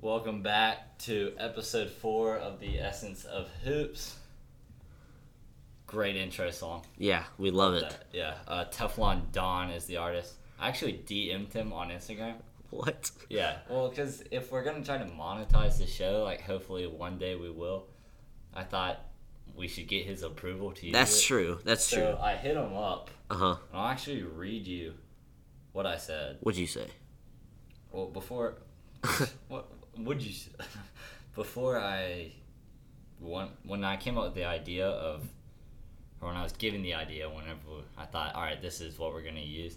Welcome back to episode four of the Essence of Hoops. Great intro song. Yeah, we love it. That- yeah, uh, Teflon Don is the artist. I actually DM'd him on Instagram. What? Yeah, well, because if we're gonna try to monetize the show, like hopefully one day we will. I thought we should get his approval to use That's it. true. That's So true. I hit him up, Uh huh. and I'll actually read you what I said. What'd you say? Well, before what would you s- before I when when I came up with the idea of or when I was given the idea whenever I thought all right this is what we're gonna use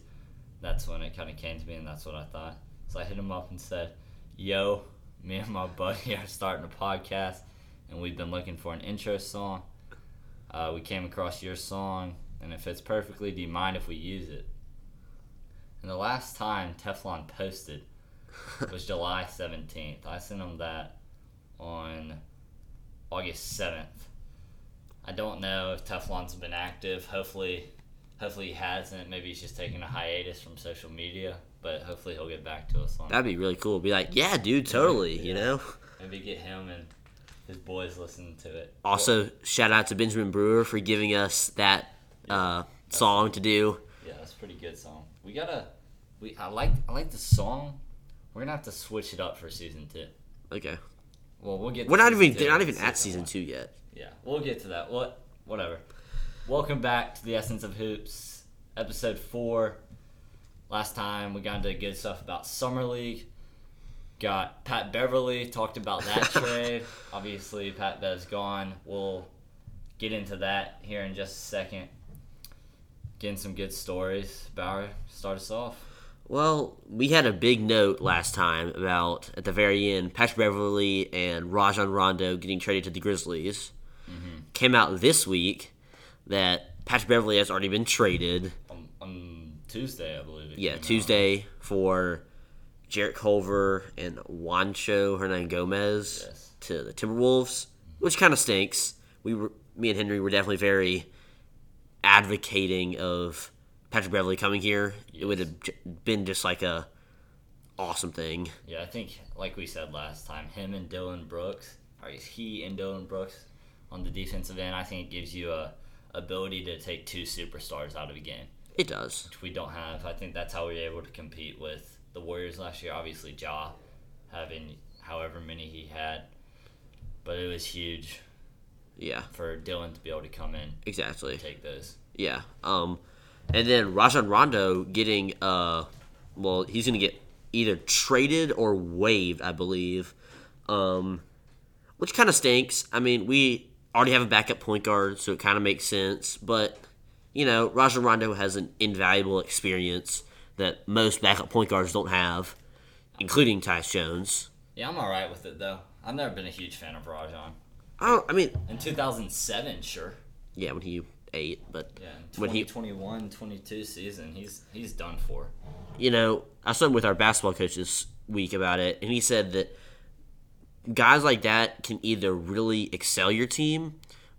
that's when it kind of came to me and that's what I thought so I hit him up and said yo me and my buddy are starting a podcast and we've been looking for an intro song uh, we came across your song and it fits perfectly do you mind if we use it and the last time Teflon posted was July 17th. I sent him that on August 7th. I don't know if Teflon's been active. Hopefully, hopefully he hasn't. Maybe he's just taking a hiatus from social media, but hopefully he'll get back to us on. That'd be really cool. Be like, yeah, dude, totally. You Yeah. know. Maybe get him and his boys listening to it. Also, shout out to Benjamin Brewer for giving us that uh, song to do. Yeah, that's a pretty good song. We gotta. We I like I like the song. We're gonna have to switch it up for season two. Okay. Well, we'll get. to We're not season even. two They're not in even at season one. two yet. Yeah, we'll get to that. What? Whatever. Welcome back to the Essence of Hoops, episode four. Last time we got into good stuff about summer league. Got Pat Beverly talked about that trade. Obviously, Pat Bev's gone. We'll get into that here in just a second. Getting some good stories. Bower, start us off. Well, we had a big note last time about at the very end, Patrick Beverly and Rajon Rondo getting traded to the Grizzlies. Mm-hmm. Came out this week that Patrick Beverly has already been traded. On, on Tuesday, I believe. it Yeah, came out. Tuesday for Jarrett Culver and Juancho Hernan Gomez Yes. to the Timberwolves, which kind of stinks. We were, me and Henry were definitely very advocating of Patrick Beverly coming here. It would have j- been just like a awesome thing. Yeah, I think like we said last time, him and Dylan Brooks, or is he and Dylan Brooks on the defensive end, I think it gives you a ability to take two superstars out of a game, It does. which we don't have. I think that's how we were able to compete with the Warriors last year. Obviously, Ja having however many he had, but it was huge Yeah, for Dylan to be able to come in exactly. and take those. Yeah. Um, and then Rajon Rondo getting uh, well, he's gonna get either traded or waived, I believe. Um, which kind of stinks. I mean, we already have a backup point guard, so it kind of makes sense. But you know, Rajon Rondo has an invaluable experience that most backup point guards don't have, including Tyus Jones. Yeah, I'm all right with it though. I've never been a huge fan of Rajon. I don't. I mean, In 2007, sure. yeah, when he ate, but Yeah, in When he- 2021, 22 season, he's he's done for. you know, I was talking with our basketball coach this week about it, and he said that guys like that can either really excel your team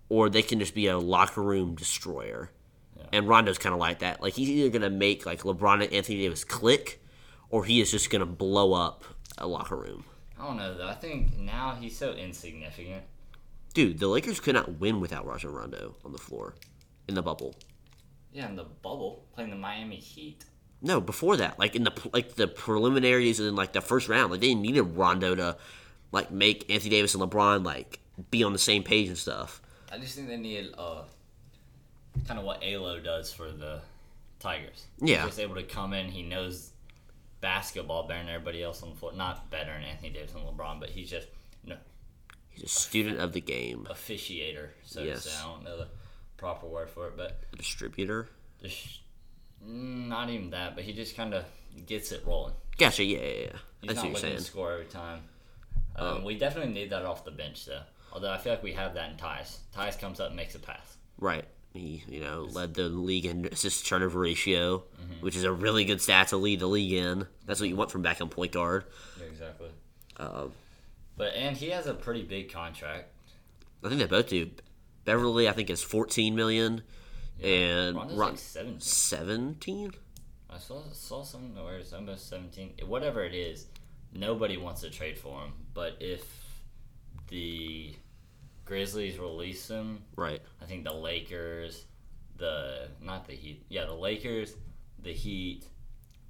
or they can just be a locker room destroyer. And Rondo's kind of like that. Like, he's either going to make, like, LeBron and Anthony Davis click, or he is just going to blow up a locker room. I don't know though. I think now he's so insignificant. Dude, the Lakers could not win without Rajon Rondo on the floor in the bubble. Yeah, in the bubble, playing the Miami Heat. No, before that, like in the like the preliminaries and then like the first round, like they needed Rondo to like make Anthony Davis and LeBron like be on the same page and stuff. I just think they need uh, kind of what Alo does for the Tigers. Yeah. he's just able to come in. He knows basketball better than everybody else on the floor. Not better than Anthony Davis and LeBron, but he's just you know, He's a student of the game, officiator. So to Yes. say. I don't know the proper word for it, but a distributor. just, mm, not even that. But he just kind of gets it rolling. Gotcha. Yeah, yeah, yeah. He's That's not what looking you're saying. Oh. to score every time. Um, we definitely need that off the bench, though. Although I feel like we have that in Tyus. Tyus comes up and makes a pass. Right. He you know led the league in assist turnover ratio, Mm-hmm. which is a really good stat to lead the league in. That's what you want from back on point guard. exactly. Um, But and he has a pretty big contract. I think they both do. Beverly, I think, is 14 million, and Rondo's Ron- like 17. 17. I saw saw something where it's almost seventeen. Whatever it is, nobody wants to trade for him. But if the Grizzlies release him, Right. I think the Lakers, the not the Heat, yeah, the Lakers, the Heat,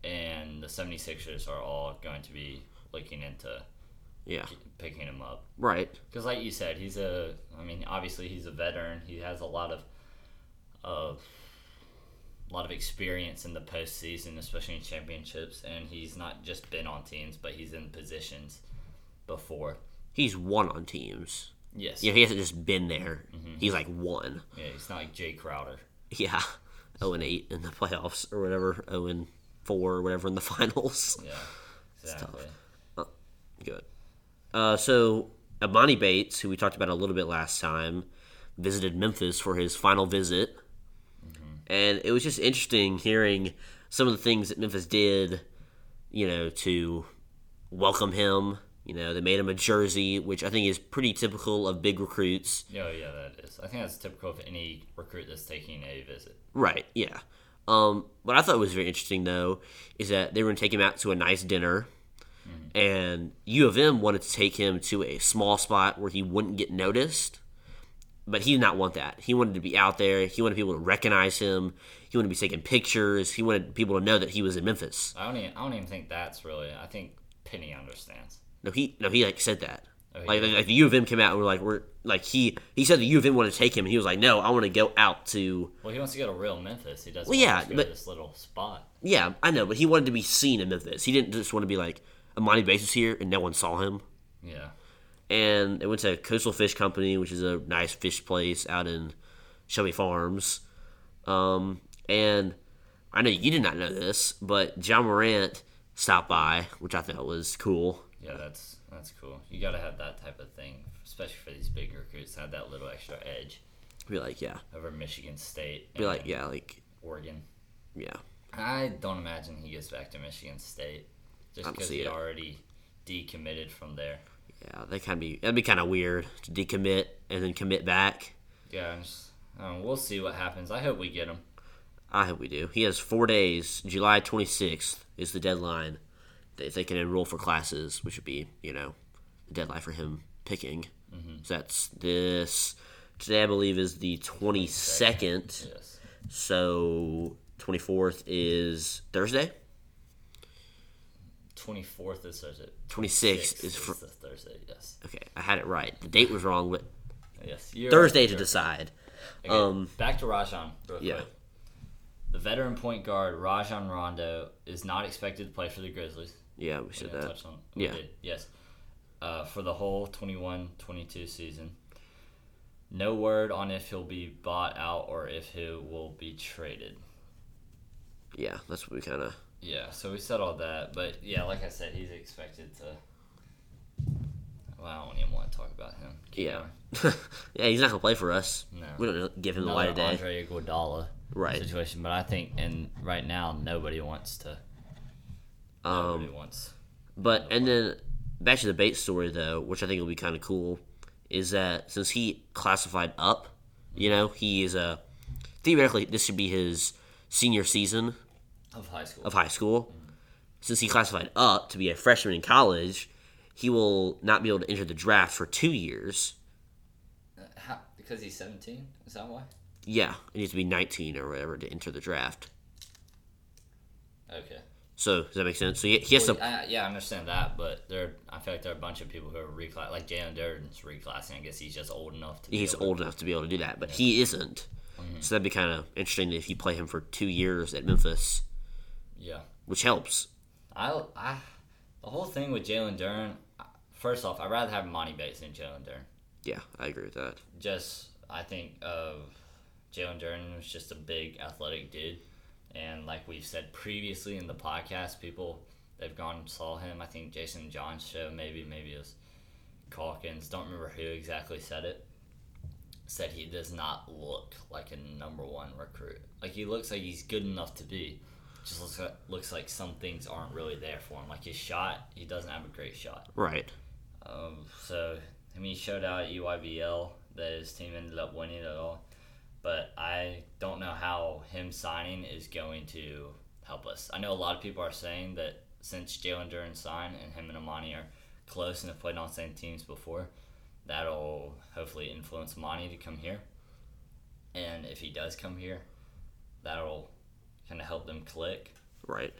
and the 76ers are all going to be looking into Yeah. picking him up. Right. Because, like you said, he's a. I mean, obviously, he's a veteran. He has a lot of, of, a lot of experience in the postseason, especially in championships. And he's not just been on teams, but he's in positions before. He's won on teams. Yes. You know, he hasn't just been there. He's like won. Yeah, he's not like Jay Crowder. Yeah. 0 and 8 in the playoffs or whatever. 0 and 4 or whatever in the finals. Oh, Yeah. Exactly. Good. Uh, so, Amani Bates, who we talked about a little bit last time, visited Memphis for his final visit. And it was just interesting hearing some of the things that Memphis did, you know, to welcome him. You know, they made him a jersey, which I think is pretty typical of big recruits. Yeah, yeah, that is. I think that's typical of any recruit that's taking a visit. Right, yeah. Um, what I thought was very interesting though is that they were gonna take him out to a nice dinner, and U of M wanted to take him to a small spot where he wouldn't get noticed, but he did not want that. He wanted to be out there. He wanted people to recognize him. He wanted to be taking pictures. He wanted people to know that he was in Memphis. I don't even. I don't even think that's really. I think Penny understands. No, he no he like said that. Oh, he like, did? like, like the U of M came out and were like we're like he he said the U of M wanted to take him and he was like no I want to go out to Well, he wants to go to real Memphis. He doesn't. Well, want yeah, to go but- to this little spot. Yeah, I know, but he wanted to be seen in Memphis. He didn't just want to be like Amani Bates is here and no one saw him. Yeah. And they went to Coastal Fish Company, which is a nice fish place out in Shelby Farms. Um, and I know you did not know this, but John Morant stopped by, which I thought was cool. Yeah, that's that's cool. You gotta have that type of thing, especially for these big recruits. Have that little extra edge Be like, yeah, over Michigan State and be like, yeah, like, Oregon. yeah, I don't imagine he gets back to Michigan State just I don't because see he it. already decommitted from there. yeah. That kind of be that'd be kind of weird to decommit and then commit back. Yeah, I'm just, um, we'll see what happens. I hope we get him. I hope we do. He has four days. July 26th is the deadline that if they can enroll for classes, which would be, you know, the deadline for him picking. Mm-hmm. So that's this. Today, I believe, is the 22nd. Yes. So 24th is Thursday. Twenty fourth is Thursday. 26th Sixth is. is Fr- the Thursday. Yes. okay, I had it right. The date was wrong, but Yes. You're Thursday right, to you're decide. Okay, Um, back to Rajon. Real yeah. Quick. The veteran point guard Rajon Rondo is not expected to play for the Grizzlies. Yeah, we said Yeah, that. touched on- we Yeah. did, Yes. Uh, for the whole 21-22 season. No word on if he'll be bought out or if he will be traded. Yeah, that's what we kind of. Yeah, so we said all that, but yeah, like I said, he's expected to. Well, I don't even want to talk about him. Keep Yeah. going. yeah, he's not going to play for us. No. We don't give him the light Another of day. Andre Iguodala Right. situation, but I think and right now nobody wants to. Nobody Um, wants. But and then back to the Bates story though, which I think will be kind of cool, is that since he classified up, you know, he is a theoretically this should be his senior season Of high school. of high school. Since he classified up to be a freshman in college, he will not be able to enter the draft for two years. Uh, How, because he's 17? Is that why? Yeah, he needs to be 19 or whatever to enter the draft. Okay. So does that make sense? So he, he has to. I, yeah, I understand that, but there, I feel like there are a bunch of people who are reclass, like Jalen Durden's reclassing. I guess he's just old enough to. be He's able to- old enough to be able to do that, but he isn't. So that'd be kind of interesting if you play him for two years at Memphis, Yeah, which helps. I, I, the whole thing with Jalen Durden. First off, I'd rather have Monty Bates than Jalen Durden. Yeah, I agree with that. Just I think of Jalen Durden was just a big athletic dude, and like we've said previously in the podcast, people they've gone and saw him. I think Jason John's show, maybe maybe it was Calkins. Don't remember who exactly said it. Said he does not look like a number one recruit. Like he looks like he's good enough to be. Just looks like, looks like some things aren't really there for him. Like his shot, he doesn't have a great shot. Right. Um, so, I mean, he showed out E at EYBL that his team ended up winning it all. But I don't know how him signing is going to help us. I know a lot of people are saying that since Jalen Duran signed and him and Amani are close and have played on the same teams before, that'll hopefully influence Amani to come here. And if he does come here, that'll kind of help them click. Right.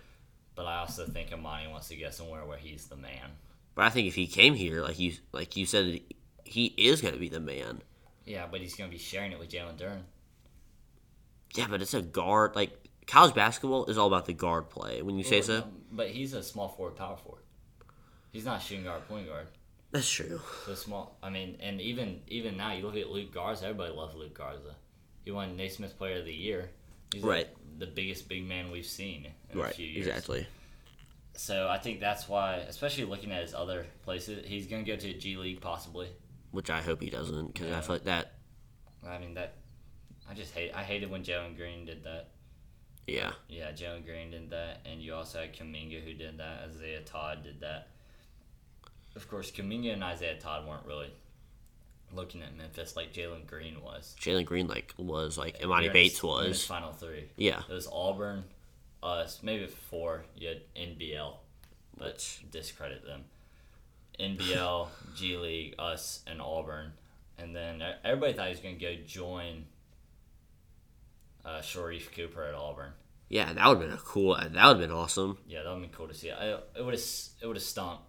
But I also think Amani wants to get somewhere where he's the man. But I think if he came here, like you like you said, he is going to be the man. Yeah, but he's going to be sharing it with Jalen Duran. Yeah, but it's a guard. Like college basketball is all about the guard play. When you say so, But he's a small forward, power forward. He's not shooting guard, point guard. that's true. So small. I mean, and even even now, you look at Luke Garza. Everybody loves Luke Garza. He won Naismith Player of the Year. He's Right. The, the biggest big man we've seen in a Right. few years. Exactly. So I think that's why, especially looking at his other places, he's going to go to G League possibly. Which I hope he doesn't, because I Yeah. feel like that. I mean that. I just hate. I hated when Jalen Green did that. Yeah. Yeah, Jalen Green did that, and you also had Kaminga who did that. Isaiah Todd did that. Of course, Kaminga and Isaiah Todd weren't really looking at Memphis like Jalen Green was. Jalen Green like was like Imani You're in Bates his- you're in his was. final three. Yeah. It was Auburn, us, maybe four. You had NBL, but discredit them. NBL, G League, us, and Auburn, and then e- everybody thought he was going to go join uh, Sharif Cooper at Auburn. Yeah, that would have been a cool. That would have been awesome. Yeah, that would have been cool to see. I, it would have it would have stunk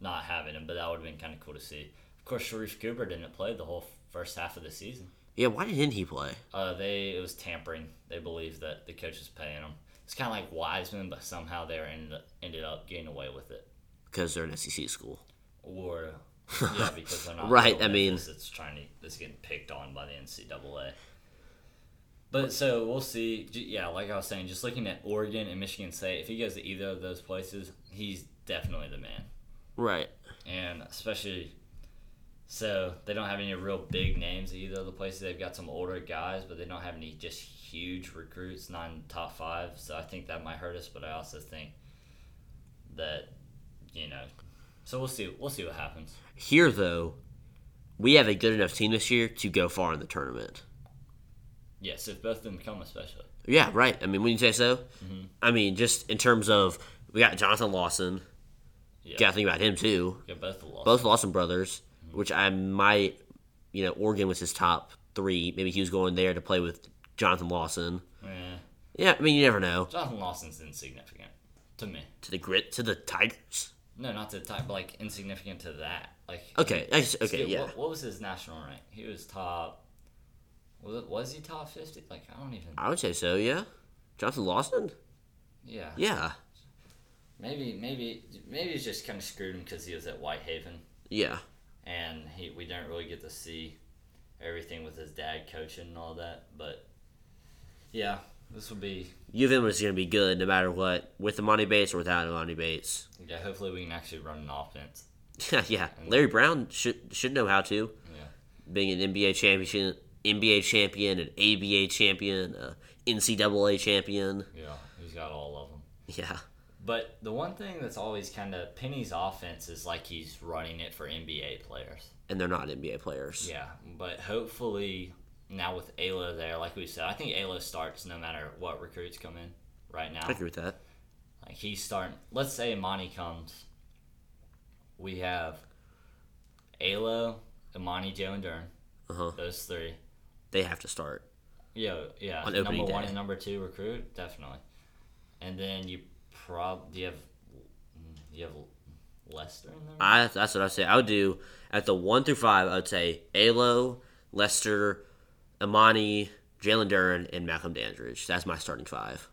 not having him, but that would have been kind of cool to see. Of course, Sharif Cooper didn't play the whole f- first half of the season. Yeah. Why didn't he play? Uh, they it was tampering. They believed that the coach was paying them. It's kind of like Wiseman, but somehow they were ended, ended up getting away with it. Because they're an SEC school. Or yeah, because they're not Right, real I mean- Memphis, it's trying to it's getting picked on by the NCAA. But so we'll see. J- Yeah, like I was saying, just looking at Oregon and Michigan State, if he goes to either of those places, he's definitely the man. Right. and especially so they don't have any real big names at either of the places. They've got some older guys, but they don't have any just huge recruits, not in the top five. So I think that might hurt us, but I also think that you know. So we'll see. We'll see what happens. Here though, we have a good enough team this year to go far in the tournament. Yes, if both of them come, especially. Yeah, right. I mean, when you say so, Mm-hmm. I mean just in terms of we got Jonathan Lawson. Yeah. Mm-hmm. Got to think about him too. Yeah, both the loss. Both Lawson brothers, which I might, you know, Oregon was his top three. Maybe he was going there to play with Jonathan Lawson. Yeah. Yeah, I mean, you never know. Jonathan Lawson's insignificant to me. To the grit, to the Tigers. No, not to the type, but like insignificant to that. Like Okay, I s- okay, Skip, yeah. What, what was his national rank? He was top. Was, it, was he top fifty? Like I don't even. I would say so. Yeah, Jonathan Lawson. Yeah. Yeah, Maybe maybe maybe it's just kind of screwed him because he was at Whitehaven yeah, and he we didn't really get to see everything with his dad coaching and all that. But yeah, this will be. U of M is going to be good no matter what, with Imani Bates or without Imani Bates. Yeah, hopefully we can actually run an offense. yeah, Larry Brown should should know how to, Yeah. being an NBA champion, NBA champion, an ABA champion, a NCAA champion. Yeah, he's got all of them. Yeah, But the one thing that's always kind of Penny's offense is like he's running it for NBA players. and they're not NBA players. Yeah, but hopefully now with Ayla there, like we said, I think Ayla starts no matter what recruits come in right now. I agree with that. Like he's starting. Let's say Imani comes. We have Ayla, Imani, Joe, and Dern. Uh huh. Those three. They have to start. Yeah, yeah. On number opening one day. and number two recruit definitely. And then you prob do you have mm, do you have Lester in there? I that's what I say. I would do at the one through five. I would say Alo, Lester, Imani, Jalen Duran, and Malcolm Dandridge. That's my starting five.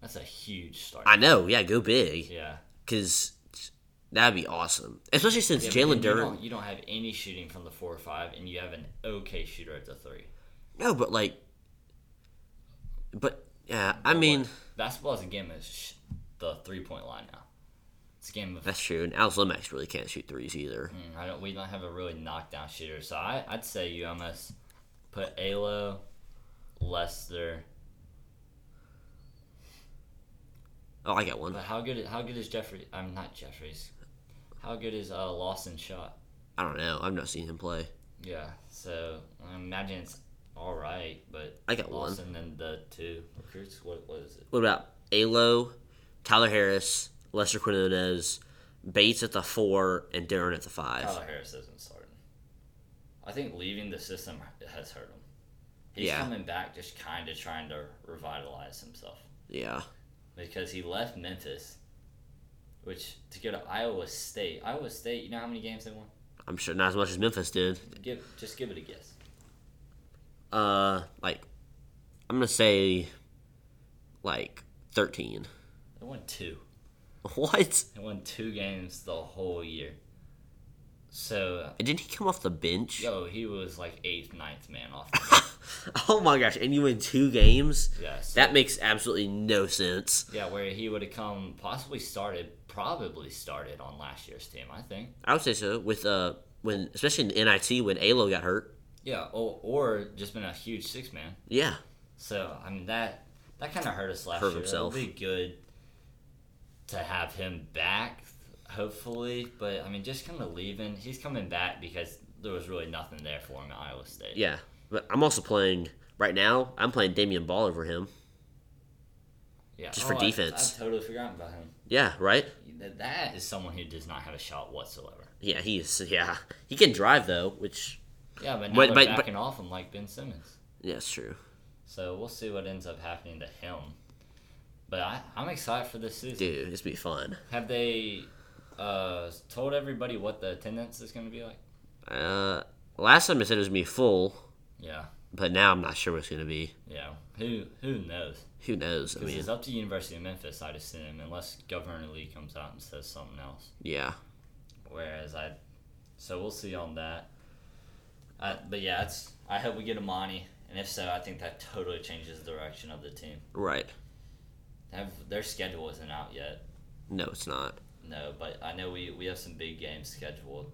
That's a huge start. I know. Yeah, go big yeah. because that'd be awesome, especially since Yeah, but Jalen then you Duran. don't, you don't have any shooting from the four or five, and you have an okay shooter at the three. No, but like, but yeah, I mean Basketball is a game of sh- the three point line now. It's a game of that's true. And Alex Lomax really can't shoot threes either. Mm, I don't. We don't have a really knockdown shooter, so I, I'd say you almost put Alo, Lester. Oh, I got one. But how good? How good is Jeffrey? I'm not Jeffries. How good is uh, Lawson shot? I don't know. I've not seen him play. Yeah. So I imagine it's all right, but I got one. Lawson and the two recruits. What what is it? What about Alo, Tyler Harris, Lester Quinones, Bates at the four, and Darren at the five. Tyler Harris isn't starting. I think leaving the system has hurt him. He's Yeah. coming back just kind of trying to revitalize himself Yeah. because he left Memphis, which to go to Iowa State. Iowa State, you know how many games they won? I'm sure not as much as Memphis did. Give just give it a guess. Uh, like, I'm gonna say, like thirteen. They won two. What? They won two games the whole year. So, And didn't he come off the bench? yo, he was like eighth, ninth man off. The oh my gosh! And you win two games. yes. That makes absolutely no sense. yeah, where he would have come, possibly started, probably started on last year's team, I think. I would say so. With uh, when especially in NIT when Alo got hurt. Yeah, or, or just been a huge six man. Yeah. So I mean that that kind of hurt us last Hurt year. himself. It'll be good to have him back, hopefully. But I mean, just kind of leaving. He's coming back because there was really nothing there for him at Iowa State. Yeah. But I'm also playing right now. I'm playing Damian Ball over him. yeah. Oh, Just for I- defense. I've totally forgotten about him. Yeah. Right. That- That is someone who does not have a shot whatsoever. Yeah. He's yeah. He can drive though, which Yeah, but now But- they're but- but- backing off him like Ben Simmons. yeah, it's true. So we'll see what ends up happening to him. But I, I'm excited for this season. Dude, it's be fun. Have they uh, told everybody what the attendance is going to be like? Uh, last time I said it was gonna be full, Yeah, but now I'm not sure what it's gonna be. yeah. Who who knows? Who knows? I Because mean, it's up to University of Memphis, I'd assume, unless Governor Lee comes out and says something else. yeah, Whereas I, so we'll see on that. Uh, but yeah, it's. I hope we get Imani, and if so, I think that totally changes the direction of the team. right. They Have, their schedule isn't out yet, No, it's not. no, but I know we, we have some big games scheduled.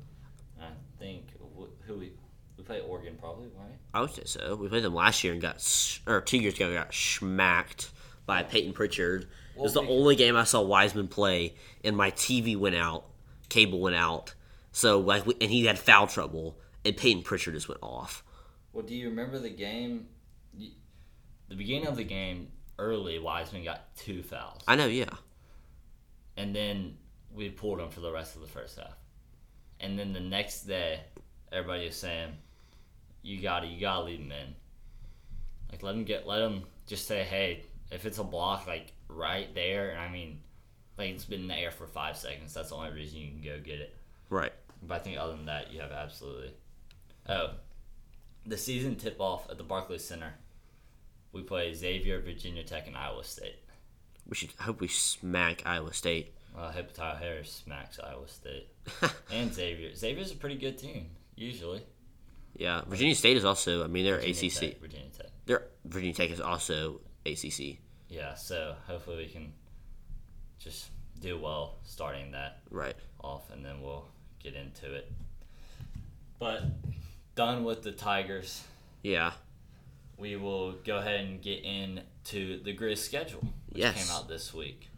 And I think wh- who we we play Oregon probably right. I would say so. We played them last year and got, s- or two years ago, we got smacked by Peyton Pritchard. it was the Well, we- only game I saw Wiseman play, and my TV went out, cable went out. So like, we, and he had foul trouble, and Peyton Pritchard just went off. Well, do you remember the game? y- The beginning of the game, early Wiseman got two fouls, I know, yeah, and then we pulled him for the rest of the first half. And then the next day, everybody was saying, "You gotta, you gotta leave him in. Like let him get, let him just say, hey, if it's a block, like right there. And I mean, like it's been in the air for five seconds. That's the only reason you can go get it. right. But I think other than that, you have absolutely. Oh, the season tip off at the Barclays Center. We play Xavier, Virginia Tech, and Iowa State. We should I hope we smack Iowa State. Uh, Hepatitis Harris smacks Iowa State and Xavier. Xavier's a pretty good team usually. Yeah, Virginia State is also. I mean, they're Virginia ACC. Tech, Virginia Tech. They're Virginia Tech is also ACC. Yeah, so hopefully we can just do well starting that Right. off, and then we'll get into it. But done with the Tigers. Yeah. we will go ahead and get into the Grizz schedule, which Yes. came out this week.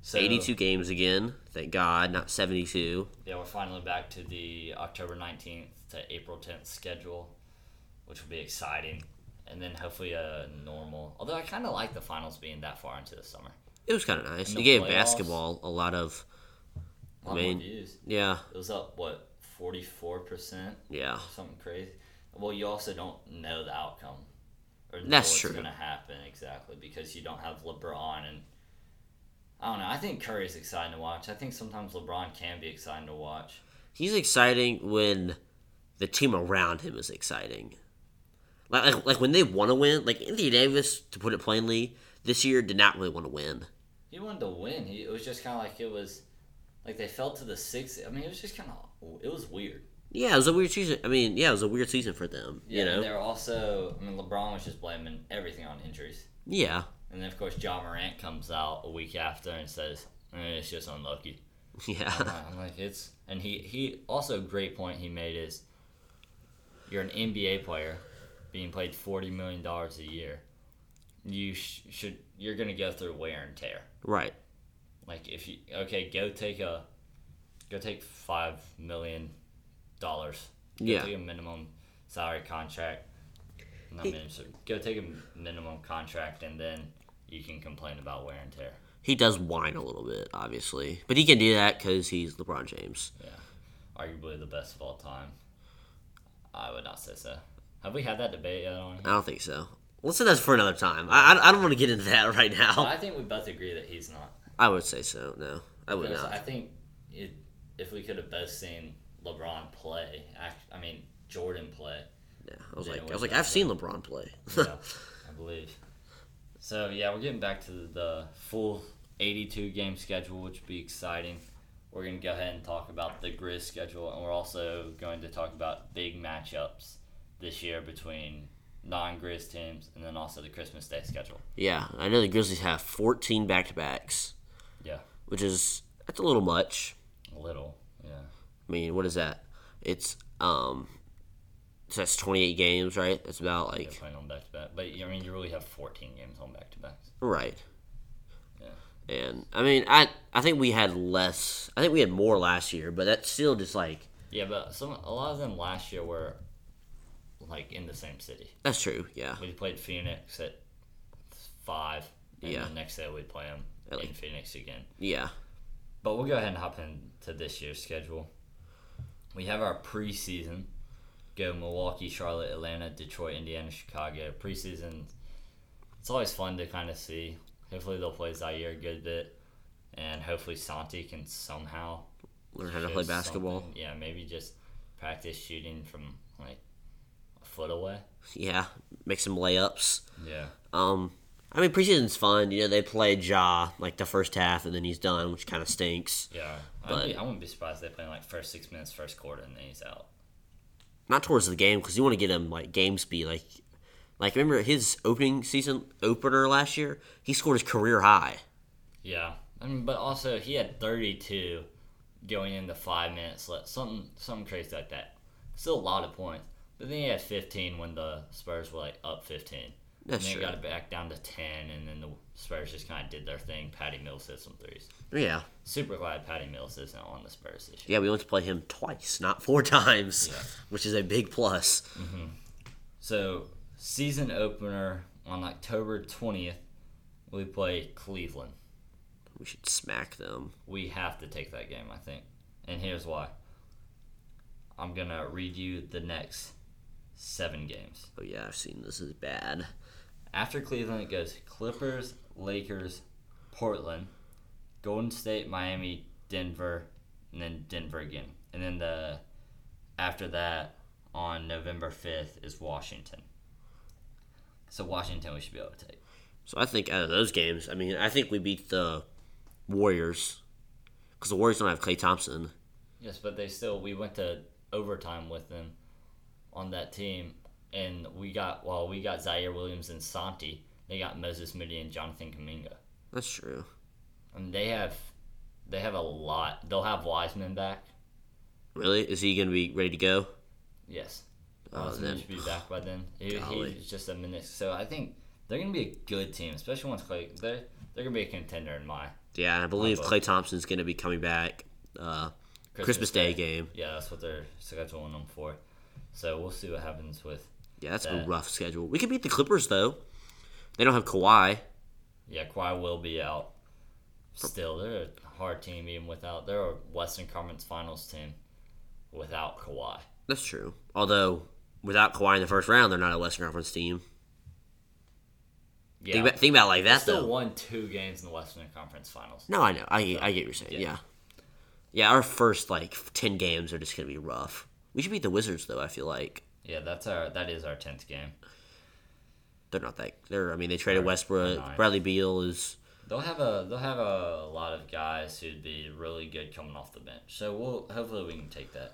So, 82 games again. Thank God, not 72. Yeah, we're finally back to the October 19th to April 10th schedule, which will be exciting. And then hopefully a normal. Although I kind of like the finals being that far into the summer. It was kind of nice. And It the gave playoffs. basketball a lot of. A lot mean- more views. Yeah. It was up, what, 44%? Yeah. Something crazy. Well, you also don't know the outcome. Or know That's what's true. going to happen exactly because you don't have LeBron and I don't know. I think Curry's exciting to watch. I think sometimes LeBron can be exciting to watch. He's exciting when the team around him is exciting. Like, like, like when they want to win, like Anthony Davis, to put it plainly, this year did not really want to win. He wanted to win. He, it was just kind of like it was like they fell to the sixth. I mean, it was just kind of it was weird. Yeah, it was a weird season. I mean, yeah, it was a weird season for them. Yeah, you know? and they were also. I mean, LeBron was just blaming everything on injuries, Yeah. and then of course John Morant comes out a week after and says, eh, "It's just unlucky." Yeah. I- I'm Um, like it's and he he also a great point he made is you're an NBA player being paid forty million dollars a year. You sh- should you're gonna go through wear and tear. right. Like if you okay go take a go take five million dollars. Go Yeah. Take a minimum salary contract. Not minimum. so Go take a minimum contract and then you can complain about wear and tear. He does whine a little bit, obviously, but he can do that because he's LeBron James. Yeah, arguably the best of all time. I would not say so. Have we had that debate yet on? I don't think so. Let's say that's for another time. I, I, I don't want to get into that right now. I think we both agree that he's not. I would say so. No, I would Because I not. think it, if we could have both seen LeBron play, act, I mean Jordan play, Yeah, I was Yeah, it like, I was was like, not I've seen LeBron play. you know, I believe. So yeah, we're getting back to the full 82 game schedule, which would be exciting. We're gonna go ahead and talk about the Grizz schedule, and we're also going to talk about big matchups this year between non-Grizz teams, and then also the Christmas Day schedule. yeah, I know the Grizzlies have 14 back to backs, Yeah, which is that's a little much. a little. Yeah. I mean, what is that? It's um, so that's 28 games, right? That's about They're like playing on back to back. But I mean, you really have 14 games on back to backs. right. Yeah. And I mean, I I think we had less. I think we had more last year, but that's still just like Yeah, but some a lot of them last year were like in the same city. that's true. Yeah, We played Phoenix at five, and Yeah. the next day we play them At, like- in Phoenix again. yeah, But we'll go ahead and hop into this year's schedule. We have our preseason. Go Milwaukee, Charlotte, Atlanta, Detroit, Indiana, Chicago. Preseason, it's always fun to kind of see. Hopefully they'll play Zaire a good bit, and hopefully Santi can somehow learn how to show play basketball. something. Yeah, maybe just practice shooting from like a foot away. Yeah, make some layups. Yeah. Um, I mean, preseason's fun. You know, they play Ja like the first half, and then he's done, which kind of stinks. Yeah. But- I'd be, I wouldn't be surprised if they play like first six minutes, first quarter, and then he's out. Not towards the game because you want to get him like game speed. Like, like remember his opening season opener last year? He scored his career high. Yeah. I mean, but also he had 32 going into five minutes left, something something crazy like that. Still a lot of points. But then he had 15 when the Spurs were like up 15. That's and then true. he got it back down to 10, and then the Spurs just kind of did their thing. Patty Mills hit some threes. Yeah, Super glad Patty Mills isn't on the Spurs this year. yeah. We went to play him twice, not four times, Yeah. which is a big plus. So season opener on October twentieth, we play Cleveland. We should smack them. We have to take that game, I think. And here's why. I'm gonna read you the next seven games. Oh yeah, I've seen this is bad. After Cleveland it goes Clippers, Lakers, Portland, Golden State, Miami, Denver, and then Denver again. And then the after that on November fifth is Washington. So Washington we should be able to take. So I think out of those games, I mean, I think we beat the Warriors because the Warriors don't have Clay Thompson. Yes, but they still we went to overtime with them on that team, and we got well, we got Zaire Williams and Santi. They got Moses Moody and Jonathan Kaminga. That's true. I mean, they have they have a lot. They'll have Wiseman back. Really? Is he going to be ready to go? Yes, Oh, Wiseman then- should be back by then. He, Golly. he's just a minute. So I think they're gonna be a good team, especially once Clay. They're they're gonna be a contender in my Yeah, I believe Probably. Clay Thompson's going to be coming back. Uh, Christmas Day game. Yeah, that's what they're scheduling them for. So we'll see what happens with Yeah, that's a That- rough schedule. We could beat the Clippers though. They don't have Kawhi. Yeah, Kawhi will be out. Still, they're a hard team even without. They're a Western Conference Finals team without Kawhi. That's true. Although without Kawhi in the first round, they're not a Western Conference team. Yeah, Think, about, think about it like that still though. won two games in the Western Conference Finals. No, I know. I, get- I get what you're saying. Yeah. Yeah. yeah. our first like ten games are just gonna be rough. We should beat the Wizards though. I feel like Yeah, that's our that is our tenth game. they're not that. They're. I mean, they traded Westbrook. nine. Bradley Beal is. They'll have a they'll have a lot of guys who'd be really good coming off the bench. So we'll hopefully we can take that.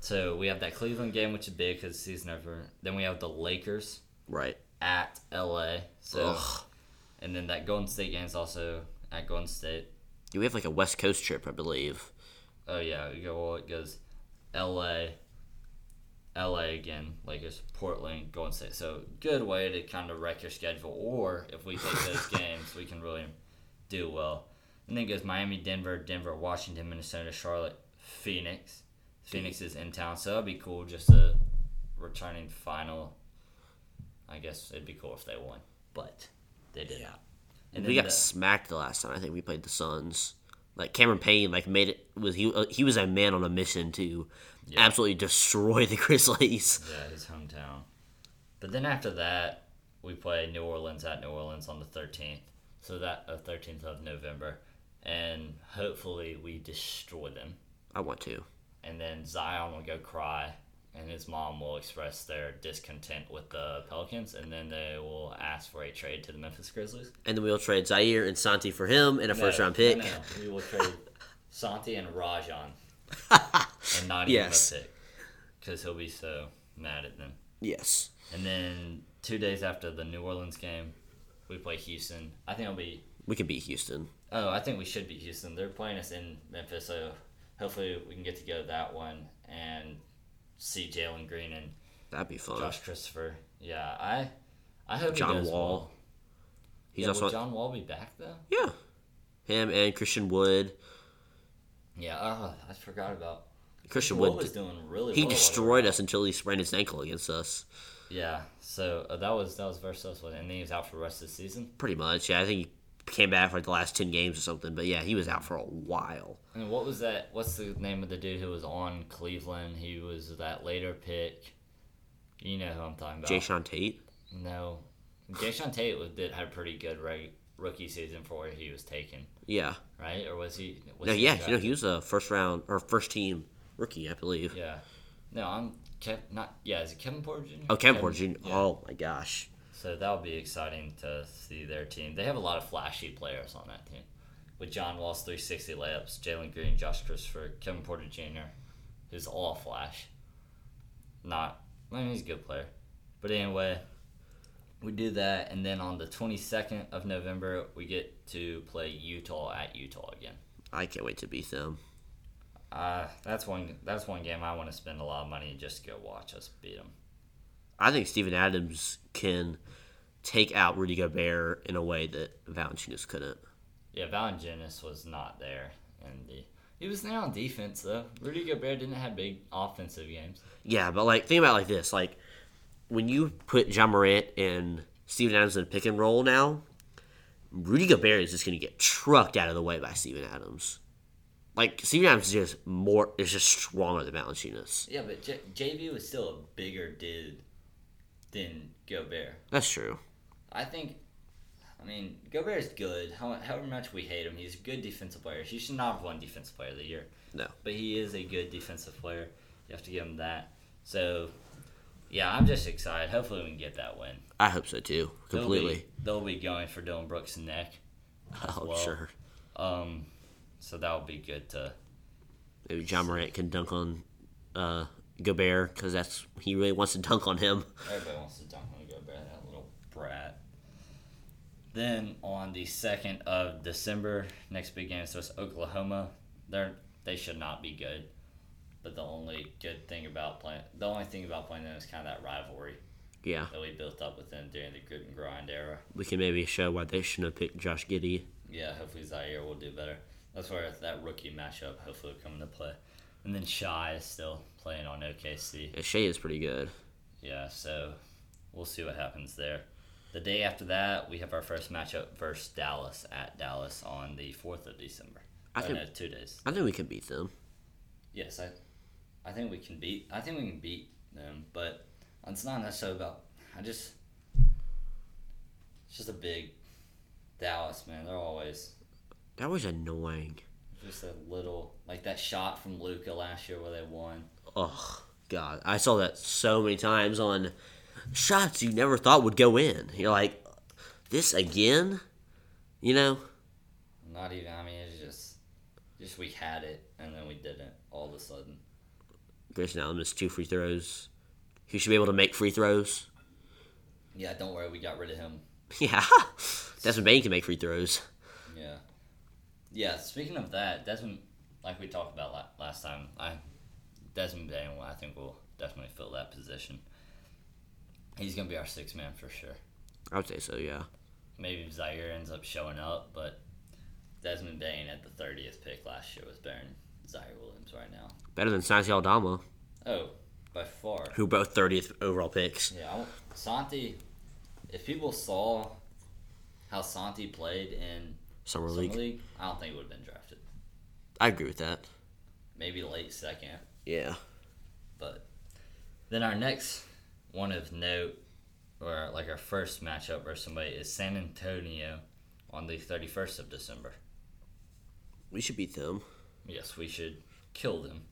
So we have that Cleveland game, which is big because season over. Then we have the Lakers Right. at LA. So Ugh. and then that Golden State game is also at Golden State. Yeah, we have like a West Coast trip, I believe. Oh yeah, we go. Well, it goes L.A. L.A. again, Lakers, Portland, Golden State. So good way to kind of wreck your schedule. Or if we take those games, we can really do well. And then it goes Miami, Denver, Denver, Washington, Minnesota, Charlotte, Phoenix. Phoenix is in town, so that'd be cool. Just a returning final. I guess it'd be cool if they won, but they did not. And we then got the- smacked the last time. I think we played the Suns. Like Cameron Payne, like made it was he uh, he was a man on a mission to absolutely destroy the Grizzlies. Yeah, his hometown. But then after that, we play New Orleans at New Orleans on the 13th. So that uh, 13th of November. And hopefully we destroy them. I want to. And then Zion will go cry. And his mom will express their discontent with the Pelicans. And then they will ask for a trade to the Memphis Grizzlies. And then we'll trade Zaire and Santi for him and a first round pick. No, no, we will trade Santi and Rajon. and not Yes. even a pick. Because he'll be so mad at them. Yes. And then two days after the New Orleans game, we play Houston. I think it'll be. We could beat Houston. Oh, I think we should beat Houston. They're playing us in Memphis, so hopefully we can get to go to that one and see Jalen Green and That'd be fun. Josh Christopher. Yeah, I, I hope John he does Wall. Well. He's yeah, also will John Wall be back though? Yeah. Him and Christian Wood. Yeah. Oh, I forgot about. Christian Wall Wood was doing really. he well. destroyed us until he sprained his ankle against us. Yeah. So uh, that was that was versus us, and then he was out for the rest of the season. Pretty much. Yeah, I think he came back for like the last ten games or something. But yeah, he was out for a while. And what was that? What's the name of the dude who was on Cleveland? He was that later pick. You know who I'm talking about. Jay Sean Tate. No, Jason Tate was, did had a pretty good reg, rookie season for where he was taken, Yeah. right? Or was he? Was No, he yeah, you know, drafted? he was a first round or first team rookie, I believe. yeah. No, I'm Kev, not. Yeah, is it Kevin Porter Jr.? Oh, Kevin Porter Jr. yeah. Oh my gosh. So that'll be exciting to see their team. They have a lot of flashy players on that team, with John Wall's 360 layups, Jalen Green, Josh Christopher, Kevin Porter Jr., who's all flash. Not, I mean, he's a good player. But anyway, we do that, and then on the 22nd of November, we get to play Utah at Utah again. I can't wait to beat them. Uh, that's one. That's one game I want to spend a lot of money just to go watch us beat them. I think Steven Adams can take out Rudy Gobert in a way that Valanciunas couldn't. Yeah, Valanciunas was not there, and the, he was there on defense though. Rudy Gobert didn't have big offensive games. Yeah, but like think about it like this: like when you put John Morant and Steven Adams in a pick and roll now, Rudy Gobert is just going to get trucked out of the way by Steven Adams. Like Steven Adams is just more is just stronger than Valanciunas. Yeah, but J- JV was still a bigger dude than Gobert. That's true. I think, I mean, Gobert is good. How, however much we hate him, he's a good defensive player. He should not have won Defensive Player of the Year. No. But he is a good defensive player. You have to give him that. So, yeah, I'm just excited. Hopefully, we can get that win. I hope so too. Completely. They'll be, they'll be going for Dylan Brooks' neck. Oh, well. sure. Um, so that would be good to. Maybe John Morant can dunk on uh, Gobert because that's he really wants to dunk on him. Everybody wants to dunk on Gobert, that little brat. Then on the second of December, next big game, so it's Oklahoma. They're they should not be good, but the only good thing about playing the only thing about playing them is kind of that rivalry Yeah, that we built up with them during the grit and grind era. we can maybe show why they shouldn't have picked Josh Giddy. Yeah, hopefully Zaire will do better. That's where that rookie matchup hopefully will come into play. And then Shy is still playing on OKC. Yeah, Shea is pretty good. Yeah, so we'll see what happens there. The day after that, we have our first matchup versus Dallas at Dallas on the 4th of December. I I think- no, two days. I think we can beat them. Yes, I, I think we can beat. I think we can beat them, but it's not necessarily about. I just, it's just a big Dallas man. They're always That was annoying. just a little like that shot from Luca last year where they won. Oh God, I saw that so many times on shots you never thought would go in. You're like, this again? You know? Not even. I mean, it's just, just we had it and then we didn't all of a sudden. Grayson Allen missed two free throws. He should be able to make free throws. Yeah, don't worry, we got rid of him. Yeah, Desmond Bain can make free throws. Yeah. Yeah, speaking of that, Desmond, like we talked about la- last time, I Desmond Bain, well, I think, will definitely fill that position. He's going to be our sixth man for sure. I would say so. Yeah. Maybe Zaire ends up showing up, but Desmond Bain at the 30th pick last year was better than Zaire Williams right now. Better than Santi Aldama, Oh, by far. who both 30th overall picks. Yeah, I, Santi, if people saw how Santi played in Summer summer league. league, I don't think he would have been drafted. I agree with that. Maybe late second, Yeah. but then our next one of note, or like our first matchup versus somebody, is San Antonio on the thirty first of December. We should beat them. Yes, we should kill them,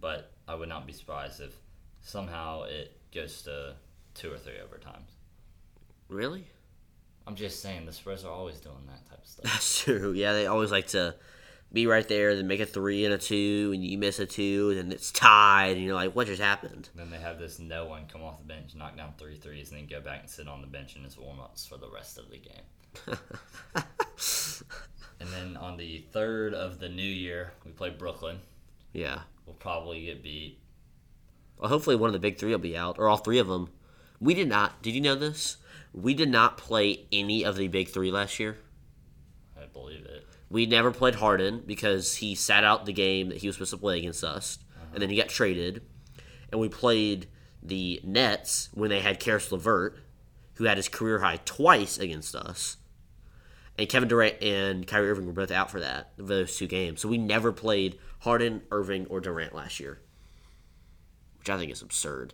but I would not be surprised if somehow it goes to two or three overtimes. Really? I'm just saying the Spurs are always doing that type of stuff. That's true. Yeah, they always like to be right there, then make a three and a two, and you miss a two, and then it's tied, and you're like, what just happened? Then they have this no one come off the bench, knock down three threes, and then go back and sit on the bench in his warm ups for the rest of the game. and then on the third of the new year, we play Brooklyn. Yeah. We'll probably get beat. Well, hopefully one of the big three will be out, or all three of them. We did not. Did you know this? We did not play any of the big three last year. I believe it. We never played Harden because he sat out the game that he was supposed to play against us, and then he got traded. And we played the Nets when they had Karis LeVert, who had his career high twice against us. And Kevin Durant and Kyrie Irving were both out for that those two games. So we never played Harden, Irving, or Durant last year, which I think is absurd.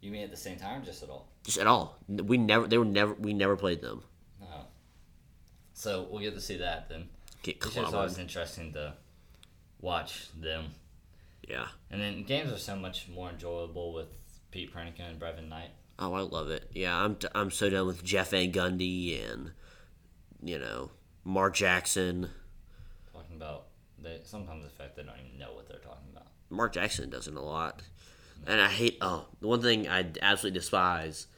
You mean at the same time, or just at all? Just at all, we never they were never we never played them. No. So we'll get to see that then. Get It's just always clobbered. interesting to watch them. Yeah. And then games are so much more enjoyable with Pete Pernica and Brevin Knight. Oh, I love it. Yeah, I'm I'm so done with Jeff Van Gundy and you know Mark Jackson. talking about they sometimes the fact they don't even know what they're talking about. Mark Jackson does it a lot, and I hate. Oh, the one thing I absolutely despise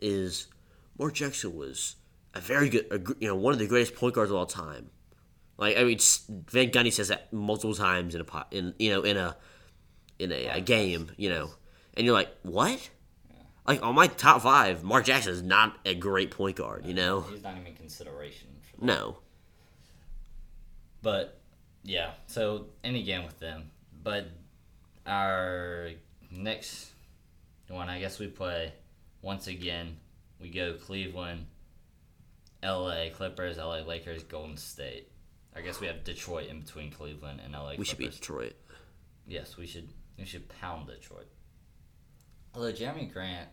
is Mark Jackson was a very good, a, gr- you know, one of the greatest point guards of all time. Like I mean, s- Van Gundy says that multiple times in a po- in you know in a in a, a game, you know, and you're like, what? Like on my top five, Mark Jackson is not a great point guard, you know. He's not even in consideration for that. No. But yeah, so any game with them. But our next one, I guess we play once again. We go Cleveland, L.A. Clippers, L.A. Lakers, Golden State. I guess we have Detroit in between Cleveland and L.A. We Clippers. should beat Detroit. Yes, we should. We should pound Detroit. Although Jeremy Grant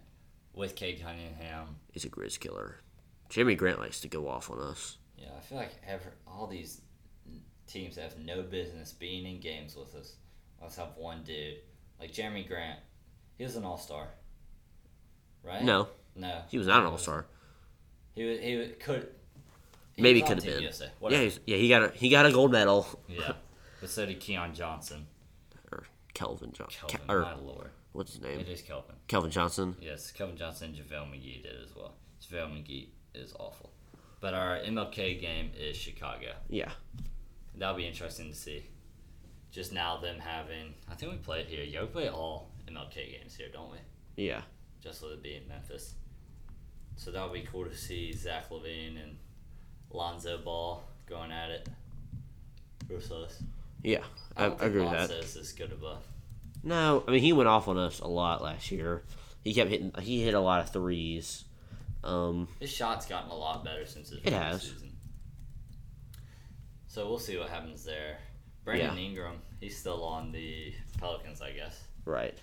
with Cade Cunningham He's a Grizz killer. Jimmy Grant likes to go off on us. Yeah, I feel like ever all these teams have no business being in games with us. Let's have one dude like Jeremy Grant. He was an all star, right? No, no, he was not an all star. He was, he was, could he Maybe was on could have Team been. USA, Yeah, whatever. he's, yeah, he got a he got a gold medal. yeah. But so did Keon Johnson. Or Kelvin Johnson. Kelvin, or my lord, what's his it name? is Kelvin. Kelvin Johnson. Yes, Kelvin Johnson and JaVale McGee did as well. JaVale McGee is awful. But our MLK game is Chicago. Yeah, That'll be interesting to see. Just now them having, I think we play it here. Yeah, we play all MLK games here, don't we? yeah. Just with it being Memphis. So that'll be cool to see Zach Levine and Lonzo Ball going at it versus us. Yeah, I, I, don't think agree with that. Lonzo's as good of a. No, I mean he went off on us a lot last year. He kept hitting. He hit a lot of threes. Um, His shot's gotten a lot better since his It rookie has. season. So we'll see what happens there. Brandon Yeah. Ingram, he's still on the Pelicans, I guess. right.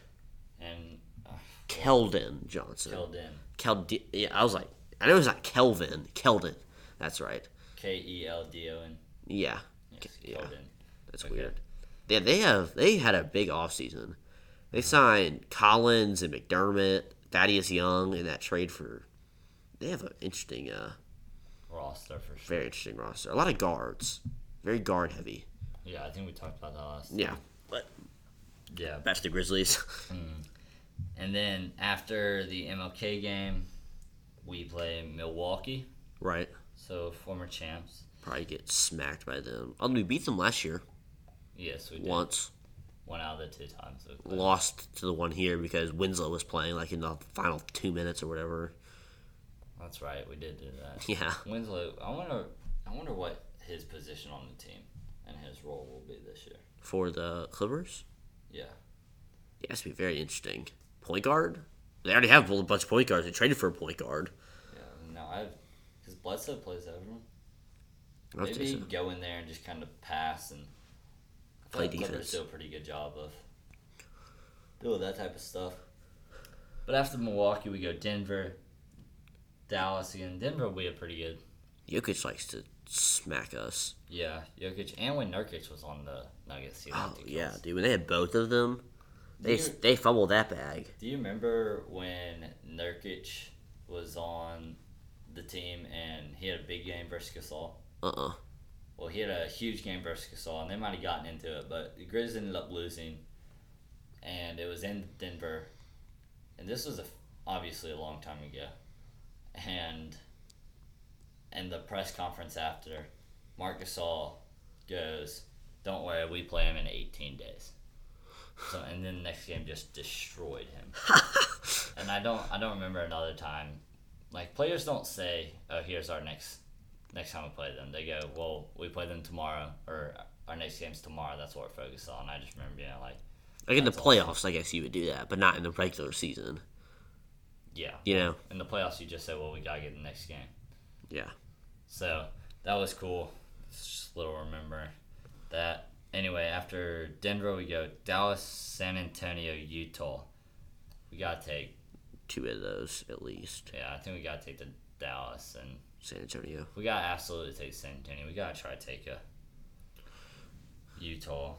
And uh, Keldon Johnson. Keldon, Keldi- yeah, I was like, I know it's not Kelvin. Keldon. That's right. K E L D O N. Yeah, Yes, Yeah. Keldon. that's Okay. weird. Yeah, they have they had a big offseason. They signed Collins and McDermott, Thaddeus Young in that trade for. They have an interesting, uh, roster for sure. very interesting roster. A lot of guards, very guard heavy. Yeah, I think we talked about that last. Yeah, but Yeah. that's the Grizzlies. And then after the MLK game, we play Milwaukee, right, so former champs. probably get smacked by them. Although we beat them last year Yes, we did. One, once, out of the two times. we played. lost to the one here because Winslow was playing like in the final two minutes or whatever. That's right. We did do that. Yeah, Winslow, I wonder, I wonder what his position on the team and his role will be this year. for the Clippers. Yeah. Yeah, that's be very interesting. Point guard? They already have a bunch of point guards. They traded for a point guard. Yeah. No, I've because Bledsoe plays everyone. I don't Maybe think so. go in there and just kind of pass and I feel Play like defense. Clippers do a pretty good job of doing that type of stuff. But after Milwaukee, we go Denver, Dallas again. Denver will be a pretty good. Jokic likes to smack us. Yeah, Jokic and when Nurkic was on the Nuggets, he Oh liked to yeah, kill us. dude. When they had both of them, they Dude. they fumbled that bag. Do you remember when Nurkic was on the team and he had a big game versus Gasol? Uh uh Well, he had a huge game versus Gasol, and they might have gotten into it, but the Grizz ended up losing, and it was in Denver, and this was a, obviously a long time ago, and in the press conference after, Mark Gasol goes, "Don't worry, we play him in 18 days." So, and then the next game just destroyed him. and I don't, I don't remember another time. Like players don't say, "Oh, here's our next next time we play them, they go, well, we play them tomorrow, or our next game's tomorrow. That's what we're focused on. I just remember being like, Like in the That's playoffs, I guess you would do that, but not in the regular season. yeah. You know? In the playoffs, you just say, well, we gotta get the next game. Yeah. So that was cool. It's just a little remember that. Anyway, after Denver, we go Dallas, San Antonio, Utah. We gotta take. Two of those at least. Yeah, I think we gotta take the Dallas, and San Antonio. we gotta absolutely take San Antonio. We gotta try to take a Utah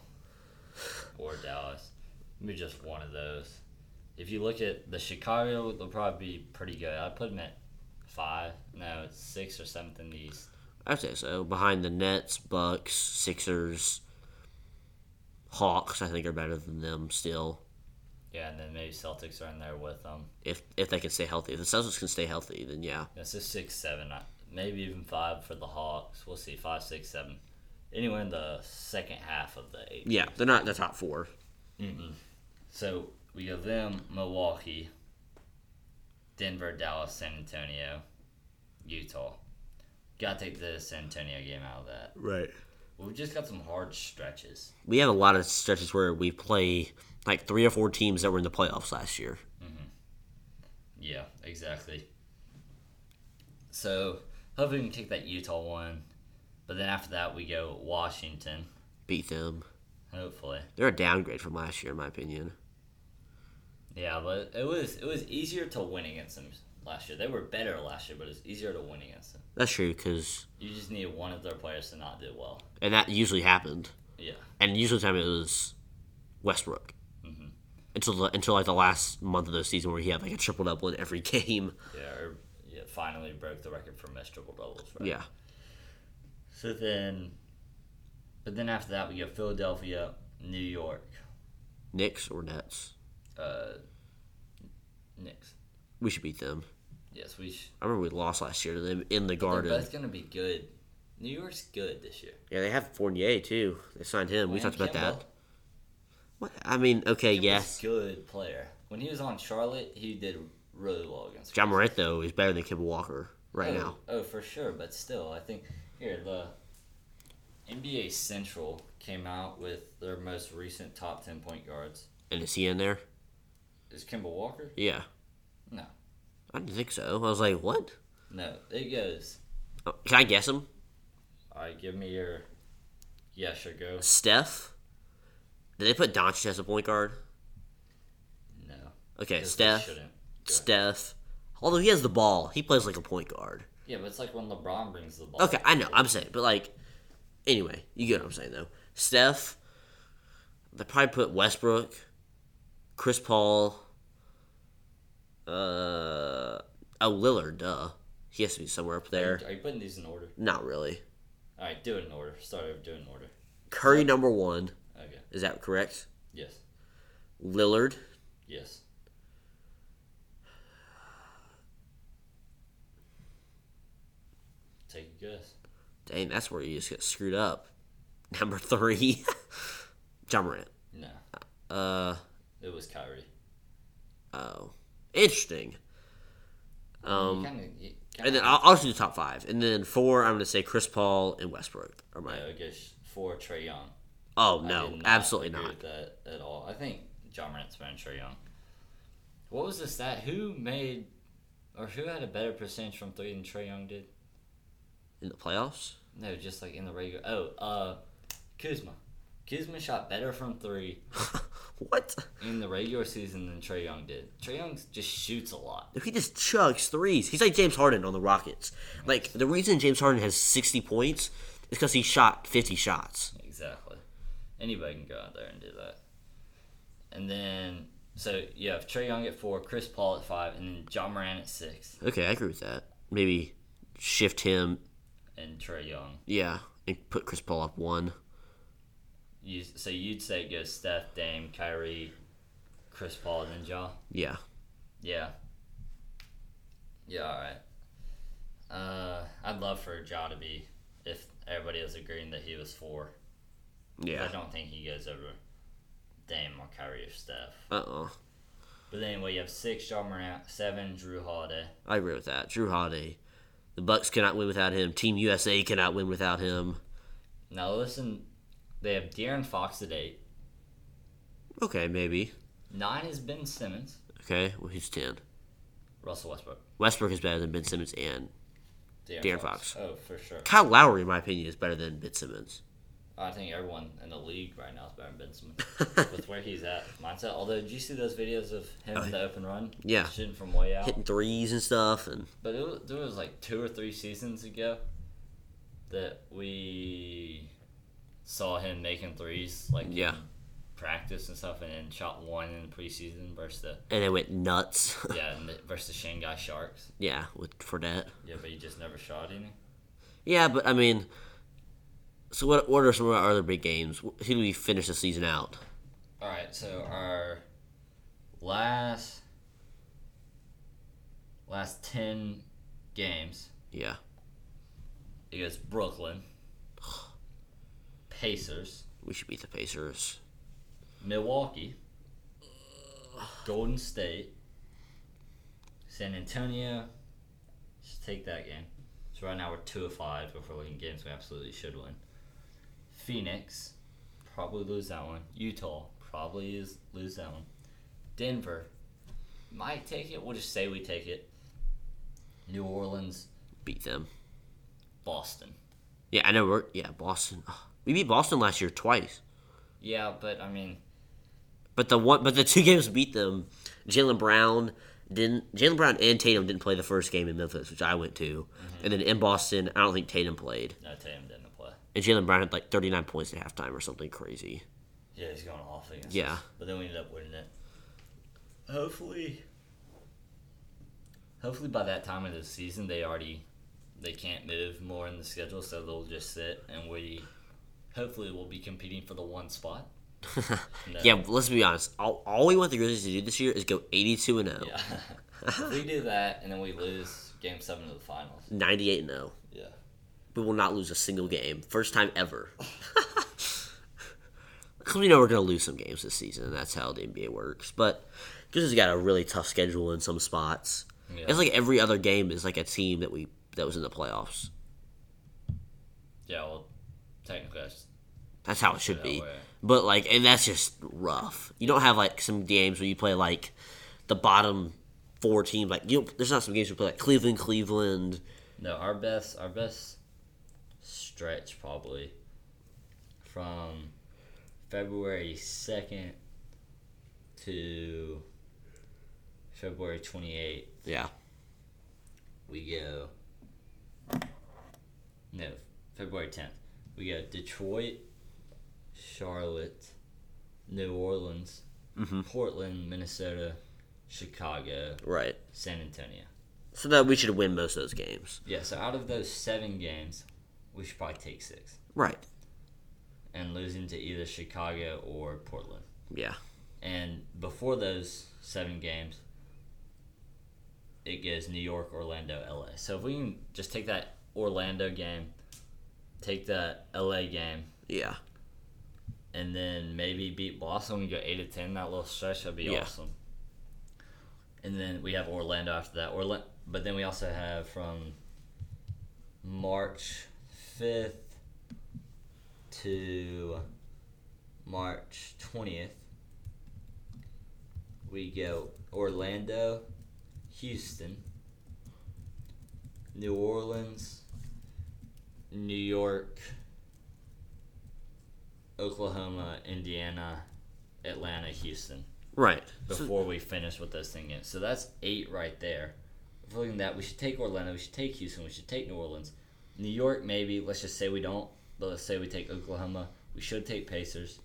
or Dallas. Maybe just one of those. If you look at the Chicago, they'll probably be pretty good. I'd put them at five. No, it's six or seventh in the East. I'd say so. Behind the Nets, Bucks, Sixers, Hawks, I think are better than them still. Yeah, and then maybe Celtics are in there with them. If if they can stay healthy. If the Celtics can stay healthy, then yeah. Yeah, so six, seven, I- maybe even five for the Hawks. We'll see, five, six, seven. Anywhere in the second half of the eight. Yeah, they're not in the top four. So we go them, Milwaukee, Denver, Dallas, San Antonio, Utah. Gotta take the San Antonio game out of that. Right. We've just got some hard stretches. We have a lot of stretches where we play like three or four teams that were in the playoffs last year. Yeah, exactly. So hopefully we can take that Utah one. But then after that we go Washington, Beat them. hopefully. They're a downgrade from last year in my opinion. Yeah, but it was it was easier to win against them last year. They were better last year, but it was easier to win against them. That's true, because You just need one of their players to not do well. and that usually happened. Yeah. and usually the time it was Westbrook until the, until like the last month of the season where he had like a triple double in every game. Yeah, or yeah, finally broke the record for missed triple doubles. Right? Yeah, So then, but then after that, we go Philadelphia, New York, Knicks or Nets, uh, Knicks. we should beat them. Yes, we. Sh- I remember we lost last year to them in the they're Garden. both gonna be good. New York's good this year. Yeah, they have Fournier too. They signed him. we Wayne talked about that. Campbell- What? I mean, okay, Campbell's yes. Good player. When he was on Charlotte, he did really well against. John Grizzlies. Morant though is better than Kemba Walker right oh, now. Oh, for sure. But still, I think here the NBA Central came out with their most recent top ten point guards. And is he in there? Is Kimball Walker? Yeah. No. I didn't think so. I was like, what? No, it goes. Oh, Can I guess him? All right, give me your. Yeah, sure, go. Steph. Did they put Doncic as a point guard? No. Okay, 'Cause they Steph. shouldn't. Steph. Although he has the ball, he plays like a point guard. Yeah, but it's like when LeBron brings the ball. Okay, I know. I'm saying, but like, anyway, you get what I'm saying though. Steph. They probably put Westbrook, Chris Paul. Uh, oh Lillard, duh. He has to be somewhere up there. Are you putting these in order? Not really. All right, do it in order. Start over, do it in order. Curry number one. Okay. Is that correct? Yes. Lillard. Yes. Take a guess. Dang, that's where you just get screwed up. Number three, John Morant. No, Uh. it was Kyrie. Oh, interesting. Um, kinda, you kinda, and then I'll, I'll just do the top five, and then four. I'm gonna say Chris Paul and Westbrook. Are my Yeah, I guess for Trey Young. oh I no, did not absolutely agree not. With that at all. I think John Morant's better than Trey Young. What was the stat? Who made or who had a better percentage from three than Trey Young did? in the playoffs. No, just like in the regular. Oh, uh, Kuzma. Kuzma shot better from three what? in the regular season than Trey Young did. Trey Young just shoots a lot. He just chugs threes. He's like James Harden on the Rockets. Like the reason James Harden has 60 points is because he shot 50 shots. Exactly. Anybody can go out there and do that. And then, so you have Trey Young at four, Chris Paul at five, and then John Moran at six, Okay, I agree with that. Maybe shift him, and Trey Young. yeah, and put Chris Paul up one. You, so you'd say it goes Steph, Dame, Kyrie, Chris Paul, then Ja. Yeah. Yeah. Yeah, alright. Uh, I'd love for Ja to be, if everybody is agreeing that he was four. I Yeah. don't think he goes over Dame or Kyrie or Steph. Uh-uh. But anyway, you have six Ja Morant, seven Drew Holiday. I agree with that. Drew Holiday. The Bucks cannot win without him. Team USA cannot win without him. Now listen, they have De'Aaron Fox at eight. Okay, maybe. Nine is Ben Simmons, Okay, well, who's 10? Russell Westbrook, Westbrook is better than Ben Simmons, and De'Aaron Fox. Oh, for sure. Kyle Lowry, in my opinion, is better than Ben Simmons. I think everyone in the league right now is better than Ben Simmons with where he's at mindset. Although, did you see those videos of him in the open run? Oh, Yeah. shooting from way out. Hitting threes and stuff, and But it was, there was like two or three seasons ago that we saw him making threes, like Yeah. in practice and stuff, and then shot one in preseason versus the and they went nuts. yeah and the- versus the Shanghai Sharks. yeah, with Fournette. Yeah, but he just never shot any. Yeah, but I mean, so what, what are some of our other big games? Wh- Who do we finish the season out? All right, so our last last ten games, Yeah. it goes Brooklyn, Pacers, We should beat the Pacers. Milwaukee, Golden State, San Antonio. Just take that game. So right now we're two of five. If we're looking at games, we absolutely should win. Phoenix, probably lose that one. Utah, probably is lose that one. Denver, might take it. We'll just say we take it. New Orleans, Beat them. Boston. Yeah, I know. We're, yeah, Boston. Ugh. We beat Boston last year twice, Yeah, but I mean, but the one, but the two games we beat them. Jalen Brown didn't. Jalen Brown and Tatum didn't play the first game in Memphis, which I went to, and then in Boston, I don't think Tatum played, no, Tatum didn't play. and Jalen Brown had like 39 points at halftime or something crazy. Yeah, he's going off against Yeah. us. But then we ended up winning it. Hopefully Hopefully by that time of the season they already they can't move more in the schedule so they'll just sit and we hopefully we'll be competing for the one spot. No. Yeah, let's be honest. All, all we want the Grizzlies to do this year is go 82 and oh, 0, Yeah. if we do that and then we lose game seven of the finals. 98 and oh. 0. Yeah. We will not lose a single game, first time ever. Because we know we're going to lose some games this season, and that's how the NBA works. But Grizzlies got a really tough schedule in some spots. Yeah. It's like every other game is like a team that we that was in the playoffs. Yeah, well technically that's That's how it should that be. way. But like, and that's just rough. You don't have like some games where you play like the bottom four teams. Like, you don't, there's not some games we play like Cleveland, Cleveland. No, our best our best stretch probably from February second to February twenty eighth. Yeah, We go no February tenth. We go Detroit, Charlotte, New Orleans, Portland, Minnesota, Chicago, right. San Antonio. So that we should win most of those games. Yeah, so out of those seven games, we should probably take six. Right. and losing to either Chicago or Portland. Yeah. And before those seven games, it goes New York, Orlando, LA. So if we can just take that Orlando game, take that LA game, Yeah. and then maybe beat Boston and go eight to ten, that little stretch that'd be Yeah. awesome. And then we have Orlando after that. Orla- but then we also have from March fifth to March twentieth. We go Orlando, Houston, New Orleans, New York, Oklahoma, Indiana, Atlanta, Houston Right. So- before we finish what those things is. So that's eight right there. If we're looking at that, we should take Orlando, we should take Houston, we should take New Orleans. New York, maybe. Let's just say we don't, but let's say we take Oklahoma. We should take Pacers.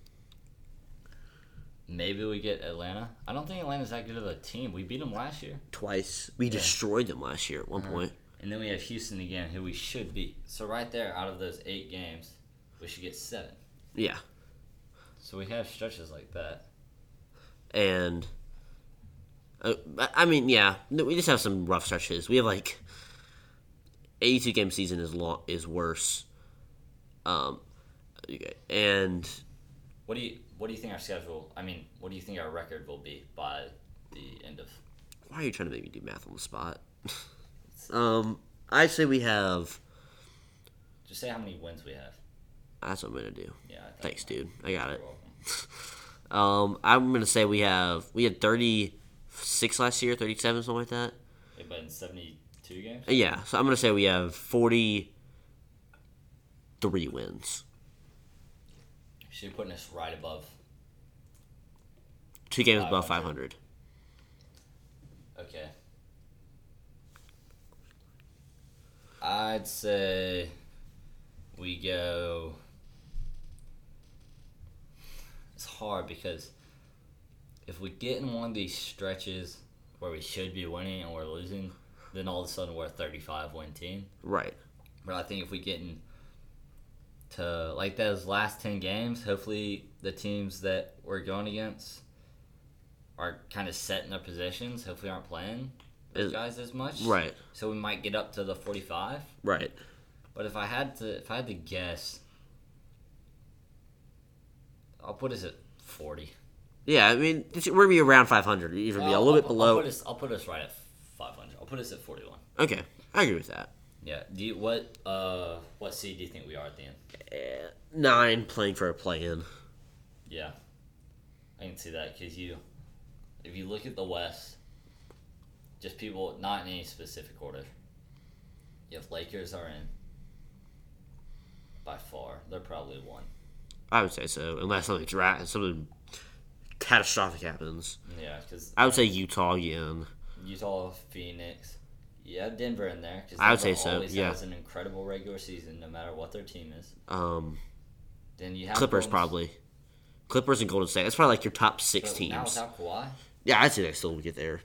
Maybe we get Atlanta. I don't think Atlanta's that good of a team. We beat them last year. twice. We destroyed them last year at one point. And then we have Houston again, who we should beat. So right there, out of those eight games, we should get seven. Yeah. So we have stretches like that. And uh, I- I mean, yeah, no, we just have some rough stretches. We have like 82 game season is long is worse. Um and What do you What do you think our schedule? I mean, what do you think our record will be by the end of? why are you trying to make me do math on the spot? um I say we have Just say how many wins we have. that's what I'm going to do. Yeah. I think Thanks, dude. I got You're it. welcome. Um I'm going to say we have we had 36 last year, 37 something like that. Yeah, but in seventy-two games, Yeah, so I'm gonna say we have 43 wins, so you're putting us right above. two games above 500. 500. Okay. I'd say we go. It's hard because if we get in one of these stretches where we should be winning and we're losing, then all of a sudden we're a 35 win team. Right. But I think if we get in to like those last ten games, hopefully the teams that we're going against are kind of set in their positions. Hopefully, aren't playing those Is- guys as much. Right. So we might get up to the forty-five. Right. But if I had to, if I had to guess, I'll put us at forty. Yeah, I mean it's, we're gonna be around 500, even be a little I'll- I'll- bit I'll below. put us, I'll put us right at five hundred. I'll put us at forty-one. okay, I agree with that. Yeah. Do you, what uh what seed do you think we are at the end? Eh, Nine playing for a play-in. Yeah, I can see that because you, if you look at the West, just people not in any specific order. You have Lakers are in. By far, they're probably one. I would say so, unless something dra- something catastrophic happens. Yeah, because I would say Utah again. Utah, Phoenix, you have Denver in there. Cause I would Denver say so, Always yeah. has an incredible regular season, no matter what their team is. Um, Then you have Clippers Golden- probably. Clippers and Golden State. That's probably like your top six but Now teams. without Kawhi, Yeah, I'd say they still would get there.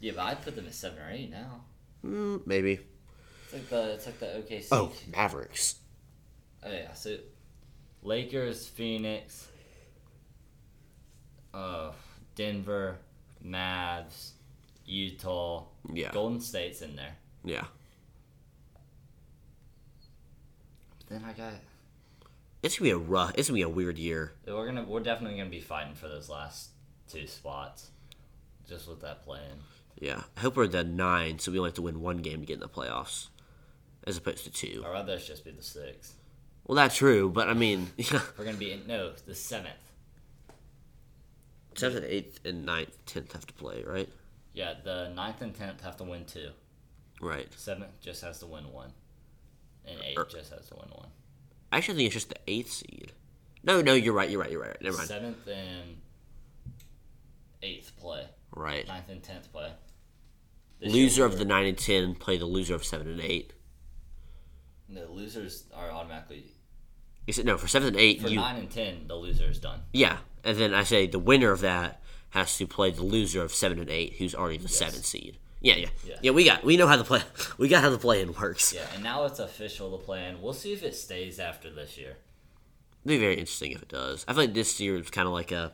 yeah, but I'd put them at seven or eight now. Mm, maybe. It's like the it's like the OKC. Oh, Mavericks. Oh yeah, so Lakers, Phoenix, uh, Denver, Mavs, Utah, Yeah. Golden State's in there. Yeah. But then I got It's gonna be a rough. It's gonna be a weird year. we're gonna we're definitely gonna be fighting for those last two spots, just with that plan. Yeah, I hope we're at the nine, so we only have to win one game to get in the playoffs, as opposed to two. Or rather, it's just be the sixth. Well, that's true, but I mean, yeah, We're gonna be in, no the seventh. seventh, eighth, and ninth, tenth have to play, right? Yeah, the ninth and tenth have to win two. Right. Seventh just has to win one, and eight Er- just has to win one. I actually think it's just the eighth seed. No, no, you're right. You're right. You're right. Never mind. Seventh and eighth play. Right. ninth and tenth play. This Loser year of the nine and ten play the loser of seven and eight. we were- the losers are automatically Is it no for seven and eight? for you nine and ten. The loser is done. yeah, and then I say the winner of that has to play the loser of seven and eight, who's already the seven seed. Yeah, yeah, Yeah. yeah, We got we know how the play we got how the play in works. Yeah, and now it's official. The plan. We'll see if it stays after this year. It'd be very interesting if it does. I feel like this year is kind of like a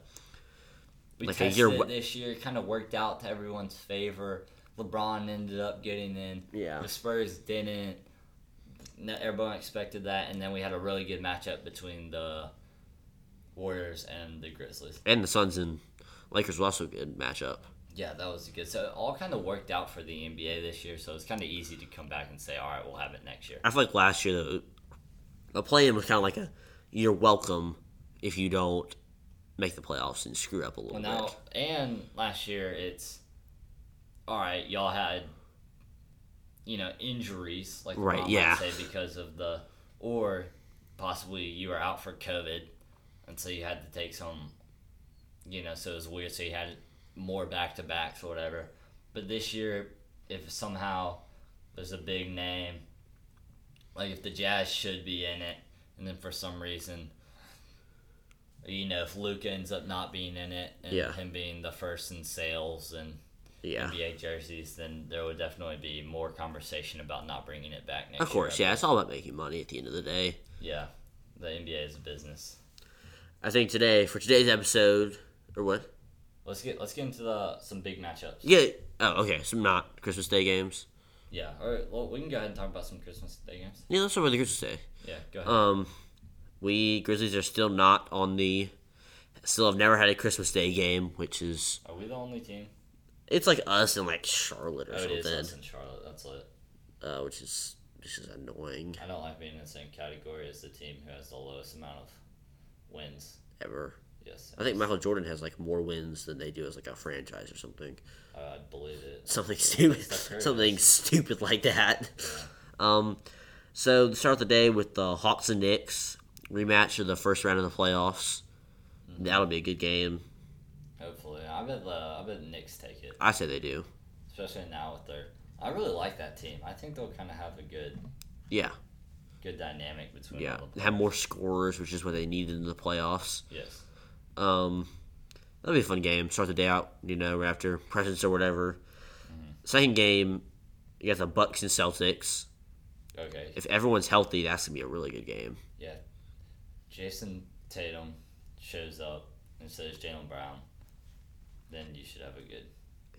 We Like a tested year it wa- this year. Kind of worked out to everyone's favor. LeBron ended up getting in. Yeah. The Spurs didn't. No, everyone expected that, and then we had a really good matchup between the Warriors and the Grizzlies. and the Suns and Lakers were also a good matchup. Yeah, that was good. So it all kind of worked out for the NBA this year. So it's kind of easy to come back and say, all right, we'll have it next year. I feel like last year the, the play-in was kind of like a you're welcome if you don't make the playoffs and screw up a little Well, now bit. and last year it's all right. Y'all had you know injuries like Right, Rob would yeah. say because of the or possibly you were out for COVID, and so you had to take some, you know, so it was weird. So you had more back to backs or whatever. But this year, if somehow there's a big name, like if the Jazz should be in it, and then for some reason, you know, if Luke ends up not being in it and Yeah. him being the first in sales and Yeah. NBA jerseys, then there would definitely be more conversation about not bringing it back next Of course, year. yeah. It's all about making money at the end of the day. Yeah. The NBA is a business. I think today for today's episode or what? Let's get let's get into the some big matchups. Yeah. Oh, okay. Some not Christmas Day games. Yeah. All right. Well, we can go ahead and talk about some Christmas Day games. Yeah, let's start with the Christmas Day. Yeah. Go ahead. Um, we Grizzlies are still not on the. Still have never had a Christmas Day game, which is Are we the only team? it's like us and like Charlotte or Oh, it is us something, in Charlotte. That's lit. uh, which is this is annoying I don't like being in the same category as the team who has the lowest amount of wins. ever. Yes. I think Michael Jordan has like more wins than they do as like a franchise or something. I believe it. something stupid, That's very something stupid like that. Um, so to start the day with the Hawks and Knicks rematch of the first round of the playoffs. Mm-hmm. That'll be a good game. Hopefully, I bet the I bet the Knicks take it, I say they do. especially now with their. I really like that team. I think they'll kind of have a good Yeah, good dynamic between. yeah. all of them. Have more scorers, which is what they needed in the playoffs. Yes. Um, that'll be a fun game. Start the day out, you know, we're after presents or whatever. Second game, you got the Bucks and Celtics. Okay. If everyone's healthy, that's gonna be a really good game. Yeah. Jason Tatum shows up and says Jalen Brown. Then you should have a good.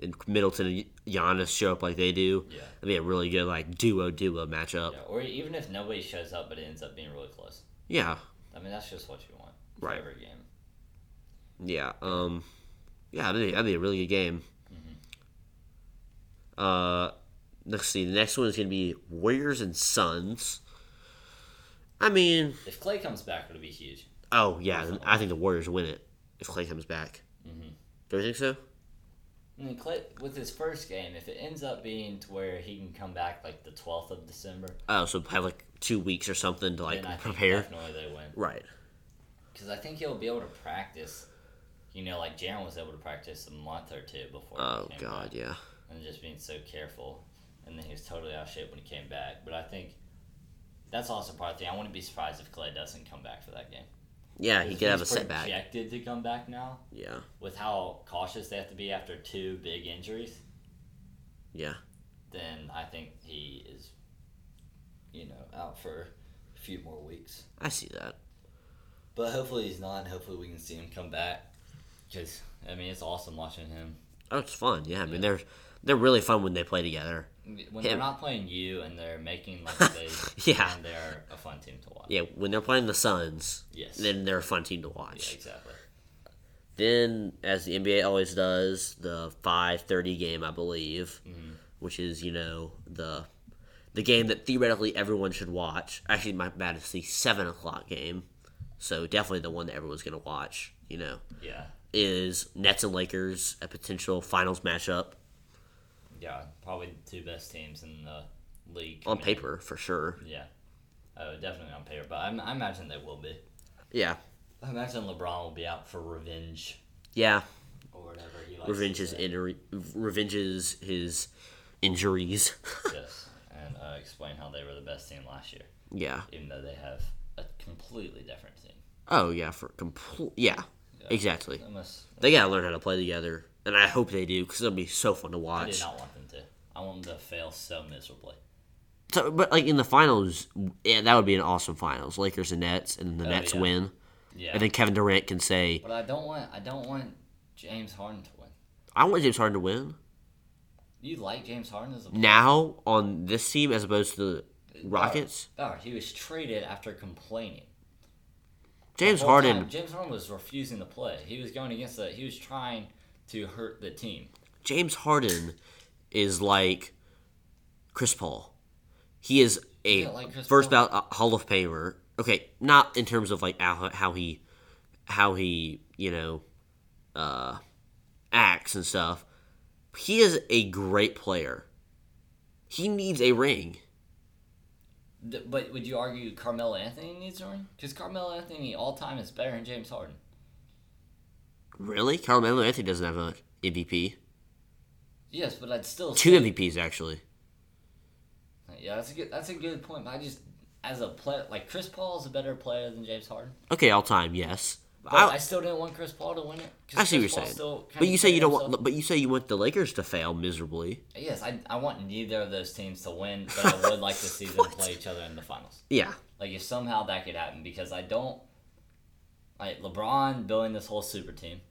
And Middleton and Giannis show up like they do. Yeah. That'd be a really good like duo duo matchup. Yeah. Or even if nobody shows up, but it ends up being really close. Yeah, I mean, that's just what you want. for Right. Every game. yeah, um, yeah. That'd be, that'd be a really good game. Uh, let's see. The next one is gonna be Warriors and Suns. I mean, If Clay comes back, it'll be huge. oh yeah, then I think the Warriors win it if Clay comes back. Mhm. Do you think so? I mean, Clay, with his first game, if it ends up being to where he can come back like the 12th of December, Oh, so have like two weeks or something to like then I think prepare. definitely they win. Right. Because I think he'll be able to practice. You know, like Jaren was able to practice a month or two before. he Oh came back. God, yeah. and just being so careful. And then he was totally out of shape when he came back. But I think that's also part of the thing. I wouldn't be surprised if Clay doesn't come back for that game. Yeah, he If could have a he's setback. Projected to come back now Yeah, with how cautious they have to be after two big injuries. yeah. Then I think he is, you know, out for a few more weeks. I see that. But hopefully he's not. and Hopefully we can see him come back. Because I mean, it's awesome watching him. Oh, it's fun. Yeah, I mean Yeah. they're they're really fun when they play together. When they're Him. not playing you and they're making like they, Yeah. and they're a fun team to watch. Yeah, when they're playing the Suns, Yes. then they're a fun team to Yeah, watch. exactly. Then, as the NBA always does, the five thirty game, I believe, which is you know the the game that theoretically everyone should watch. Actually, my bad, it's the seven o'clock game, so definitely the one that everyone's gonna watch. You know, Yeah. is Nets and Lakers a potential finals matchup Yeah. Probably the two best teams in the league. on I mean, paper for sure? Yeah. Oh, definitely on paper. But I, I imagine they will be. Yeah, I imagine LeBron will be out for revenge yeah. or whatever he likes. to Revenge is say. injury. Revenges his injuries. Yes. And uh, explain how they were the best team last year, yeah. even though they have a completely different team. Oh yeah, for complete. Yeah, exactly. Unless They gotta learn how to play together, and I hope they do because it'll be so fun to I did watch. not want them to. I want them to fail so miserably. So, but like in the finals, yeah, that would be an awesome finals. Lakers and Nets, and the Nets Oh, yeah. win, Yeah. and then Kevin Durant can say, but I don't want. I don't want James Harden to win. "I want James Harden to win You like James Harden as a now on this team as opposed to the Rockets." Oh, he was traded after complaining. James whole Harden, time, James Harden was refusing to play. He was going against the. He was trying to hurt the team. James Harden is like Chris Paul. He is a Yeah, like Chris first Paul. ballot uh, Hall of Famer. Okay, not in terms of like how, how he how he, you know, uh acts and stuff. He is a great player. He needs a ring. Th- But would you argue Carmelo Anthony needs a ring? Because Carmelo Anthony all time is better than James Harden. Really? Carmelo Anthony doesn't have an MVP. Yes, but I'd still Two MVPs actually. Yeah, that's a good that's a good point. But I just as a player like Chris Paul is a better player than James Harden. Okay, all time, yes. But I- I, still didn't want Chris Paul to win it. 'cause I see what Chris you're Paul saying. still But kinda you say you don't played want. But you say you want the Lakers to fail miserably. himself- Yes, I, I want neither of those teams to win, but I would like to see them play each other in the finals. Yeah. Like if somehow that could happen, because I don't. Like LeBron building this whole super team.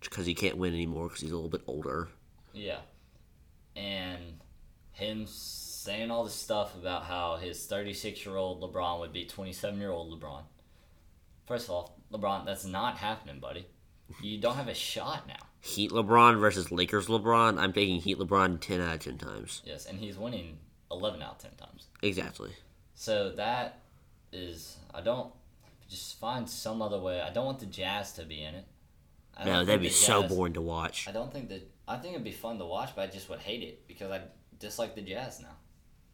Because he can't win anymore because he's a little bit older. Yeah. And him saying all this stuff about how his 36 year old LeBron would beat 27 year old LeBron. First of all, LeBron, that's not happening, buddy. You don't have a shot now. Heat LeBron versus Lakers LeBron. I'm taking Heat LeBron ten out of ten times. Yes, and he's winning 11 out of 10 times. Exactly. So that is, I don't, just find some other way. I don't want the Jazz to be in it. I No, don't that'd think be the so Jazz- boring to watch. I don't think that, I think it'd be fun to watch, but I just would hate it because I dislike the Jazz now.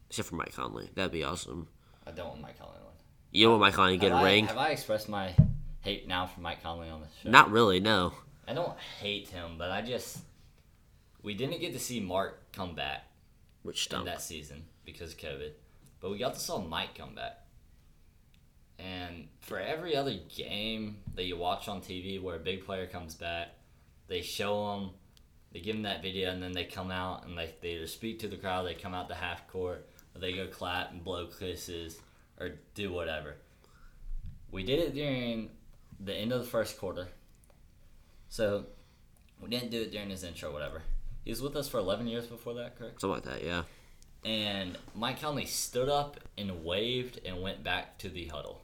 Except for Mike Conley. That'd be awesome. I don't want Mike Conley to win. You want Mike Conley to get have a I, ring? Have I expressed my hate now for Mike Conley on the show? Not really. No. I don't hate him, but I just we didn't get to see Mark come back Which in stunk. that season because of COVID, but we got to saw Mike come back. And for every other game that you watch on TV where a big player comes back, they show him, they give him that video, and then they come out and they, they either speak to the crowd, they come out to half court, or they go clap and blow kisses or do whatever. We did it during the end of the first quarter. So we didn't do it during his intro, whatever. He was with us for 11 years before that, correct? Something like that. Yeah. and Mike Conley stood up and waved and went back to the huddle.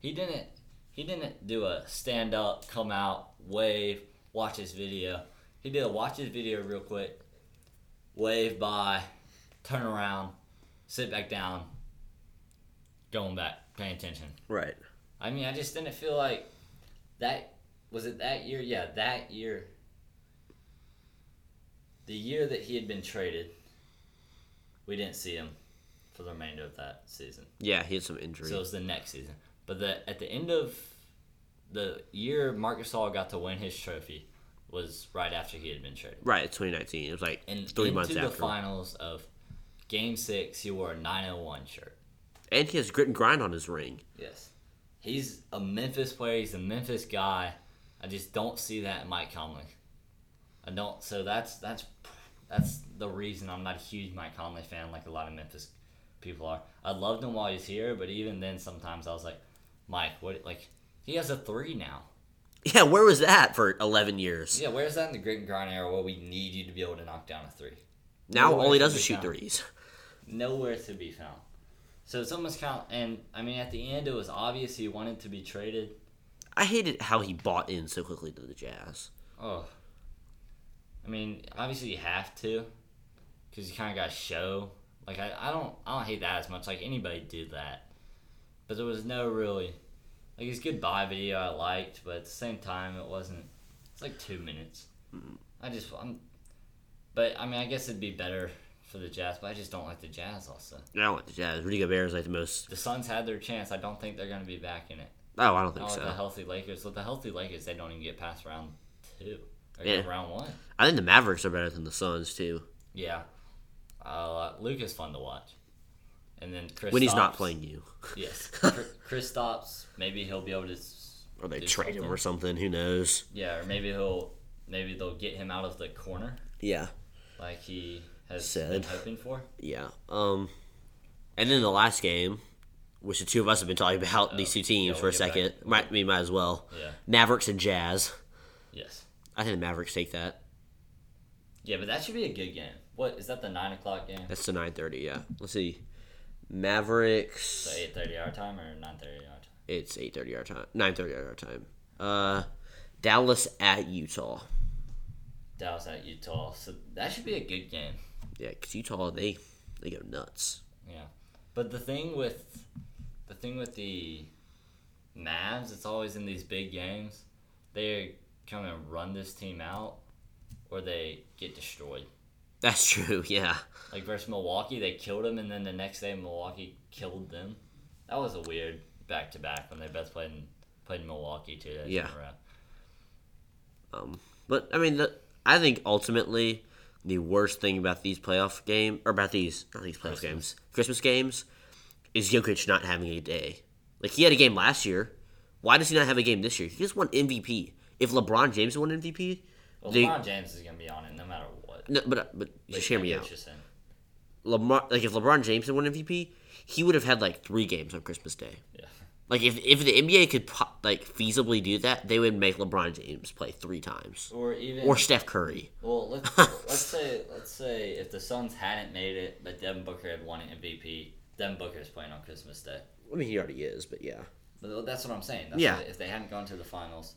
He didn't he didn't do a stand up, come out, wave, watch his video. He did a watch his video real quick, wave by, turn around, sit back down, going back, paying attention. Right. I mean, I just didn't feel like that was it that year? Yeah, that year. The year that he had been traded, we didn't see him for the remainder of that season. Yeah. He had some injury. So it was the next season. But the at the end of the year Marc Gasol got to win his trophy was right after he had been traded. right. It's 2019. It was like And three into months the after. finals of game six, he wore a 901 shirt. And he has grit and grind on his ring. Yes. He's a Memphis player. He's a Memphis guy. I just don't see that in Mike Conley. I don't. So that's that's that's the reason I'm not a huge Mike Conley fan like a lot of Memphis people are. I loved him while he's here, but even then, sometimes I was like, Mike, what? Like he has a three now. Yeah. Where was that for 11 years? Yeah, where's that in the grit and grind era where we need you to be able to knock down a three? Now Nowhere all he to does be is shoot found. threes. nowhere to be found. So it's almost kind of, and I mean, at the end, it was obvious he wanted to be traded. I hated how he bought in so quickly to the Jazz. Oh. I mean, obviously you have to, because you kind of got to show. Like I, I don't, I don't hate that as much. Like anybody did that, but there was no really, like his goodbye video I liked, but at the same time it wasn't. It's like two minutes. Mm-hmm. I just, I'm, but I mean, I guess it'd be better for the Jazz, but I just don't like the Jazz. Also, I don't like the Jazz. Rudy Gobert is like the most. the Suns had their chance. I don't think they're gonna be back in it. Oh, I don't think Not like the so. healthy Lakers. With the healthy Lakers, they don't even get past round two or Yeah. round one. I think the Mavericks are better than the Suns too. Yeah. Uh, Luke is fun to watch. And then Chris When he's not playing you, Yes. Chris stops. Maybe he'll be able to. s- or they do trade him something. or something. Who knows? Yeah, or maybe he'll. Maybe they'll get him out of the corner Yeah, like he has Said. been hoping for. yeah. Um, and then the last game, which the two of us have been talking about these two teams Uh, yeah, for we'll a get back- second. Might we might as well. Yeah. Mavericks and Jazz. Yes. I think the Mavericks take that. Yeah, but that should be a good game. What is that? The nine o'clock game? That's the nine thirty. Yeah. Let's see. Mavericks. The eight thirty hour time or nine thirty hour time? It's eight thirty our time. Nine thirty our time. Uh, Dallas at Utah. Dallas at Utah. So that should be a good game. Yeah, because Utah they they go nuts. Yeah, but the thing with the thing with the Mavs, it's always in these big games. They come and run this team out, or they get destroyed. That's true. Yeah. Like versus Milwaukee, they killed him, and then the next day Milwaukee killed them. That was a weird back to back when they both played in, played in Milwaukee two days Yeah. in a row. Um, but I mean, the, I think ultimately the worst thing about these playoff game or about these not these playoff games, Christmas games, is Jokic not having a day. Like he had a game last year. Why does he not have a game this year? He just won MVP. If LeBron James won MVP, Well, They- LeBron James is gonna be on it no matter what. no, but but just hear me out. Richardson. Lamar, like if LeBron James had won MVP, he would have had like three games on Christmas Day. Yeah. Like if, if the NBA could po- like feasibly do that, they would make LeBron James play three times Or even or Steph Curry. Well, let's let's say let's say if the Suns hadn't made it, but Devin Booker had won an MVP, Devin Booker's playing on Christmas Day. I mean, he already is, but yeah. But that's what I'm saying. That's Yeah. what- if they hadn't gone to the finals,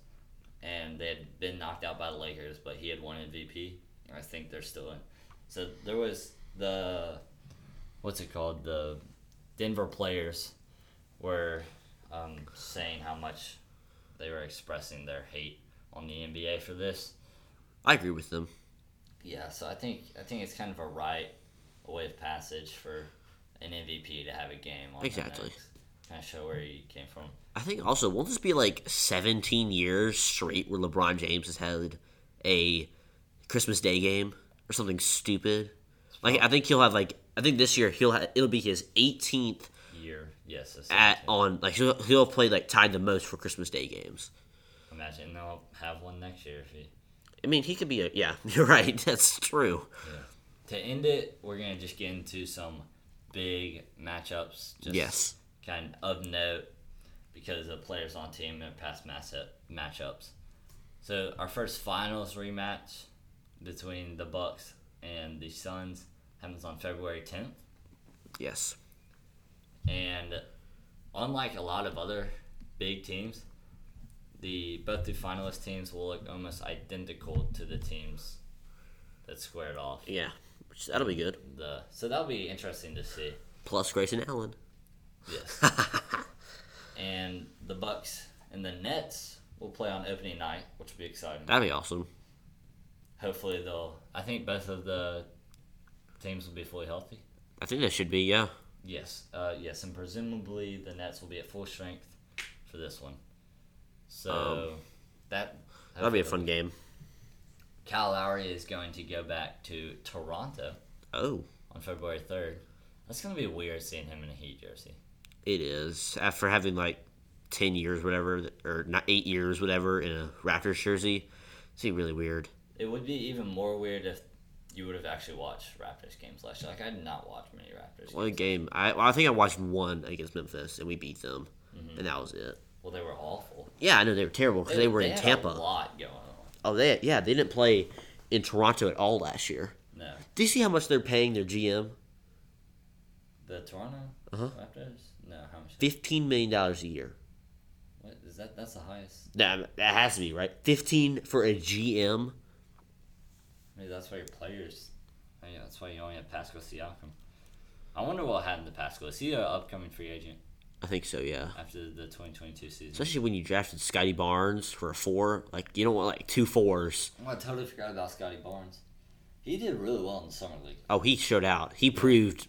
and they had been knocked out by the Lakers, but he had won MVP, I think they're still in. So there was the, what's it called? The Denver players were um, saying how much they were expressing their hate on the NBA for this. I agree with them. Yeah, so I think I think it's kind of a right a way of passage for an MVP to have a game on the Exactly. next. Kind of show where he came from. I think also won't this be like 17 years straight where LeBron James has had a Christmas Day game or something stupid? Like I think he'll have like I think this year he'll ha it'll be his 18th Year, yes. that's at what on like he'll, he'll play like tied the most for Christmas Day games. I can imagine they'll have one next year if he. I mean, he could be a yeah. You're right. That's true. To end it, we're gonna just get into some big matchups. Just Yes. Kind of note because the players on team and past matchup matchups. So our first finals rematch between the Bucks and the Suns happens on February 10th. Yes. and unlike a lot of other big teams, the both the finalist teams will look almost identical to the teams that squared off. Yeah. Which- That'll be good. The so that'll be interesting to see. Plus Grayson Allen. Yes. and the Bucks and the Nets will play on opening night, which will be exciting. That'd be awesome. Hopefully they'll. I think both of the teams will be fully healthy. I think that should be yeah. Yes, uh, yes, and presumably the Nets will be at full strength for this one. So that Um, That'd be a fun game. Kyle Lowry is going to go back to Toronto Oh, on February third. That's gonna be weird seeing him in a Heat jersey. it is after having like ten years, whatever, or not eight years, whatever, in a Raptors jersey. It's really weird. It would be even more weird if you would have actually watched Raptors games last year. Like I did not watch many Raptors. One games. game I well, I think I watched one against Memphis and we beat them, and that was it. Well, they were awful. Yeah, I know they were terrible because Mm-hmm. they, were in had Tampa. A lot going on. Oh, they yeah they didn't play in Toronto at all last year. No, Do you see how much they're paying their GM? the Toronto Uh-huh. Raptors. No, how much? Fifteen million dollars a year. What is that? That's the highest. That that has to be right. Fifteen for a GM. Maybe that's why your players. I mean, that's why you only have Pascal Siakam. I wonder what happened to Pascal. Is he an upcoming free agent I think so. Yeah. after the 2022 season? Especially when you drafted Scotty Barnes for a four, like you don't want like two fours. Oh, I totally forgot about Scotty Barnes. He did really well in the summer league. Oh, he showed out. He proved,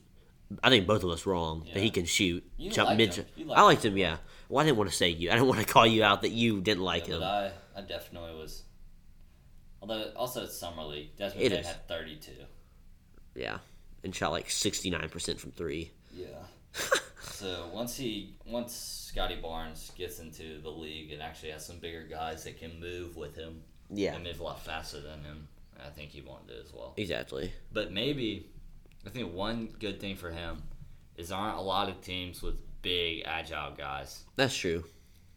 I think both of us wrong that he Yeah. can shoot. You jump liked mid. him. You I liked liked him. Yeah. Well, I didn't want to say you. I didn't want to call you out that you didn't like Yeah, him. but I, I definitely was. Although, also it's summer league. Desmond It Bain is. had 32. yeah. And shot like sixty nine percent from three. Yeah. so once he, once Scotty Barnes gets into the league and actually has some bigger guys that can move with him Yeah. and move a lot faster than him, I think he won't do as well. Exactly. But maybe, I think one good thing for him is there aren't a lot of teams with big, agile guys. That's true. Uh,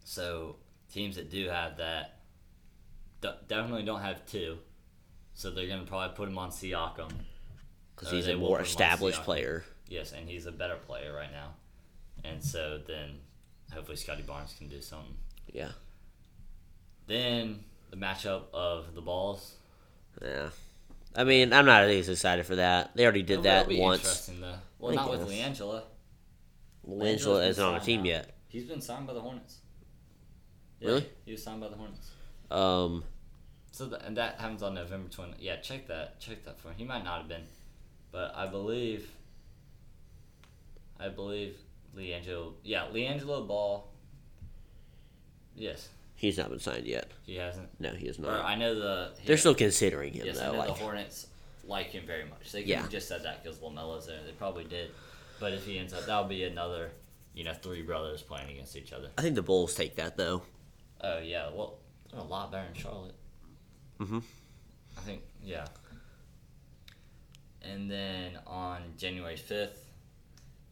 So teams that do have that d- definitely don't have two. So they're going to probably put him on Siakam. Because Uh, he's they a will more promote established Siakam. player. Yes, and he's a better player right now. And so then hopefully Scotty Barnes can do something. Yeah. Then the matchup of the balls. Yeah. I mean, I'm not as excited for that. They already did That'll that be once. Interesting though. Well, I not with guess. LiAngelo. Langella Langelo's isn't on our signed team now. yet. He's been signed by the Hornets. Really? He was signed by the Hornets. Um, So the, and that happens on November twenty. Yeah, check that. Check that for him. He might not have been, but I believe. I believe Leangelo. Yeah, Leangelo Ball. Yes, He's not been signed yet. he hasn't. No, he is Or not. I know the. yeah. They're still considering him Yes, I though. know the Like, Hornets like him very much. They could Yeah. have just said that because Lamelo's there. They probably did, but if he ends up, that'll be another, you know, three brothers playing against each other. I think the Bulls take that though. Oh yeah, well, they're a lot better in Charlotte. Mhm. I think yeah. And then on January fifth,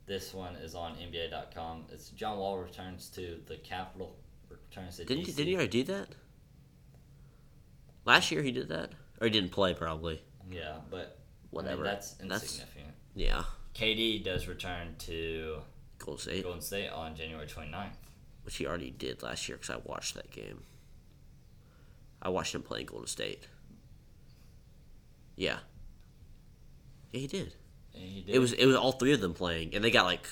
this one is on NBA.com. It's John Wall returns to the Capitol. Returns to Didn't DC. didn't he already do that? Last year he did that, or he didn't play probably. Yeah, but I mean, Whatever. that's insignificant. yeah. KD does return to Golden State, Golden State on January 29th. which he already did last year because I watched that game. I watched him playing Golden State. Yeah. Yeah, he did. And he did. It was it was all three of them playing, and they got like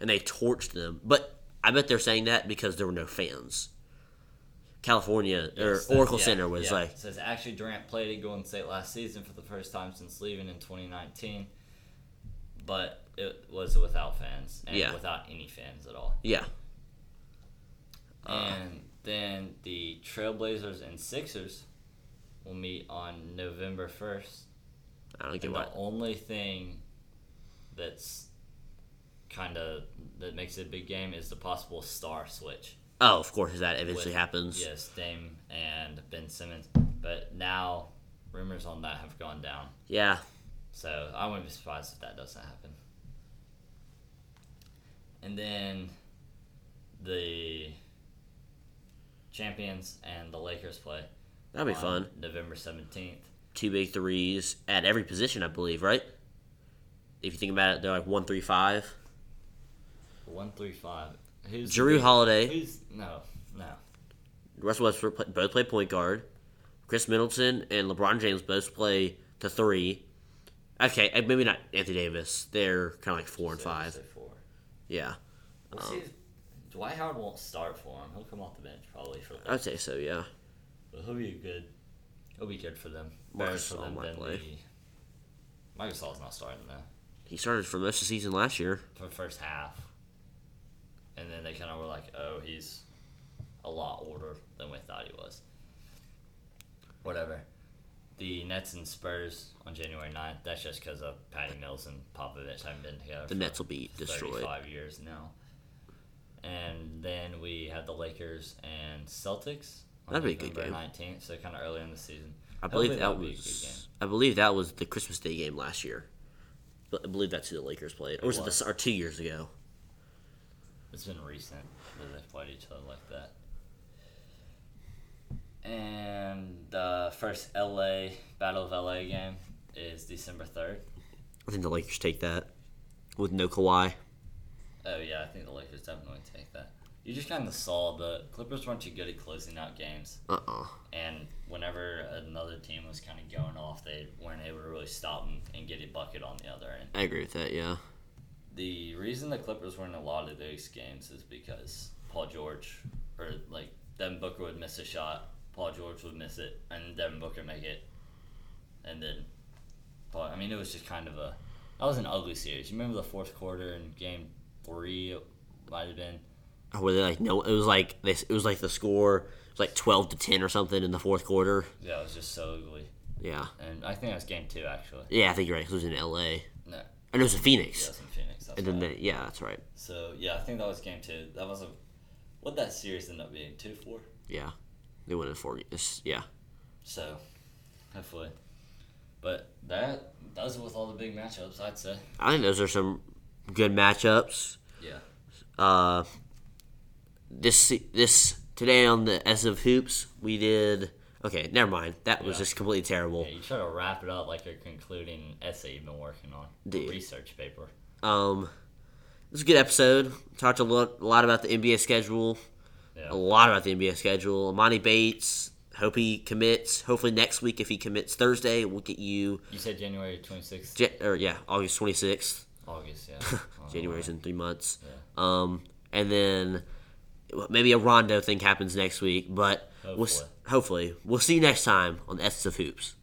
and they torched them. But I bet they're saying that because there were no fans. California or Yes, that- Oracle yeah, Center was yeah. like, It says actually Durant played at Golden State last season for the first time since leaving in 2019, but it was without fans and Yeah. without any fans at all. yeah, Uh. and then the Trailblazers and Sixers will meet on November 1st. I don't get And why. the only thing that's kind of that makes it a big game is the possible star switch. Oh, of course, that eventually with- happens. Yes, Dame and Ben Simmons. But now rumors on that have gone down. Yeah, So I wouldn't be surprised if that doesn't happen. And then the champions and the Lakers play. that'd be on fun. November seventeenth. Two big threes at every position, I believe. Right? If you think about it, they're like one, three, five. One three five. Who's the Drew big- Holiday, Who's no, no. Russell Westbrook pla- both play point guard. Chris Middleton and LeBron James both play to three. Okay, eh, maybe not Anthony Davis. They're kind of like four and So I five. Um, just say Four. Yeah, We'll see. if- Dwight Howard won't start for him. He'll come off the bench probably for I'd say so. Yeah, But he'll be good. He'll be good for them. Better Marcus for Gasol them might than play. the. Marcus Gasol's not starting though he started for most of the season last year. for the first half, and then they kind of were like, "Oh, he's a lot older than we thought he was." Whatever. The Nets and Spurs on January 9th. That's just because of Patty Mills and Popovich haven't been together. The for Nets will be destroyed. 35 years now. And then we had the Lakers and Celtics. on That'd be a good November game. 19th, so kind of early in the season. I Hopefully believe that that'll be a good was. I believe that was the Christmas Day game last year. But I believe that's who the Lakers played, or was it, was. the, or two years ago? It's been recent that they've played each other like that. And the first LA Battle of LA game is December third. I think the Lakers take that with no Kawhi. Oh yeah, I think the Lakers definitely take that. You just kind of saw the Clippers weren't too good at closing out games, Uh uh and whenever another team was kind of going off, they weren't able to really stop them and get a bucket on the other end. I agree with that. Yeah. The reason the Clippers were in a lot of those games is because Paul George, or like Devin Booker would miss a shot, Paul George would miss it, and Devin Booker make it, and then Paul. I mean, it was just kind of a that was an ugly series. You remember the fourth quarter in Game Three, it might have been Or were they like no? It was like this. It was like the score was like twelve to ten or something in the fourth quarter. yeah, it was just so ugly, Yeah. and I think that was Game Two actually. Yeah, I think you're right. 'cause It was in L.A. No, yeah, And it was in it Phoenix. was in Phoenix. That's And then right. they, yeah, that's right. so yeah, I think that was Game Two. That was a what that series ended up being two four. Yeah, they went in four. It's, yeah, So, hopefully. But that does it with all the big matchups, I'd say. I think those are some good matchups. Yeah. Uh, this se- this today on the S of Hoops we did. Okay, never mind. That was Yeah. just completely terrible. Yeah, you try to wrap it up like your concluding essay you've been working on. Dude. Research paper. Um, it was a good episode. Talked a lot, a lot about the NBA schedule. Yeah. a lot about the NBA schedule. Amani Bates, hope he commits. Hopefully next week, if he commits Thursday, we'll get you. You said January 26th, Ja- Or yeah, August twenty sixth. August, Oh, yeah. January's in three months. Yeah. Um, and then maybe a Rondo thing happens next week, but we'll, s- Hopefully. hopefully we'll see you next time on Essence of Hoops.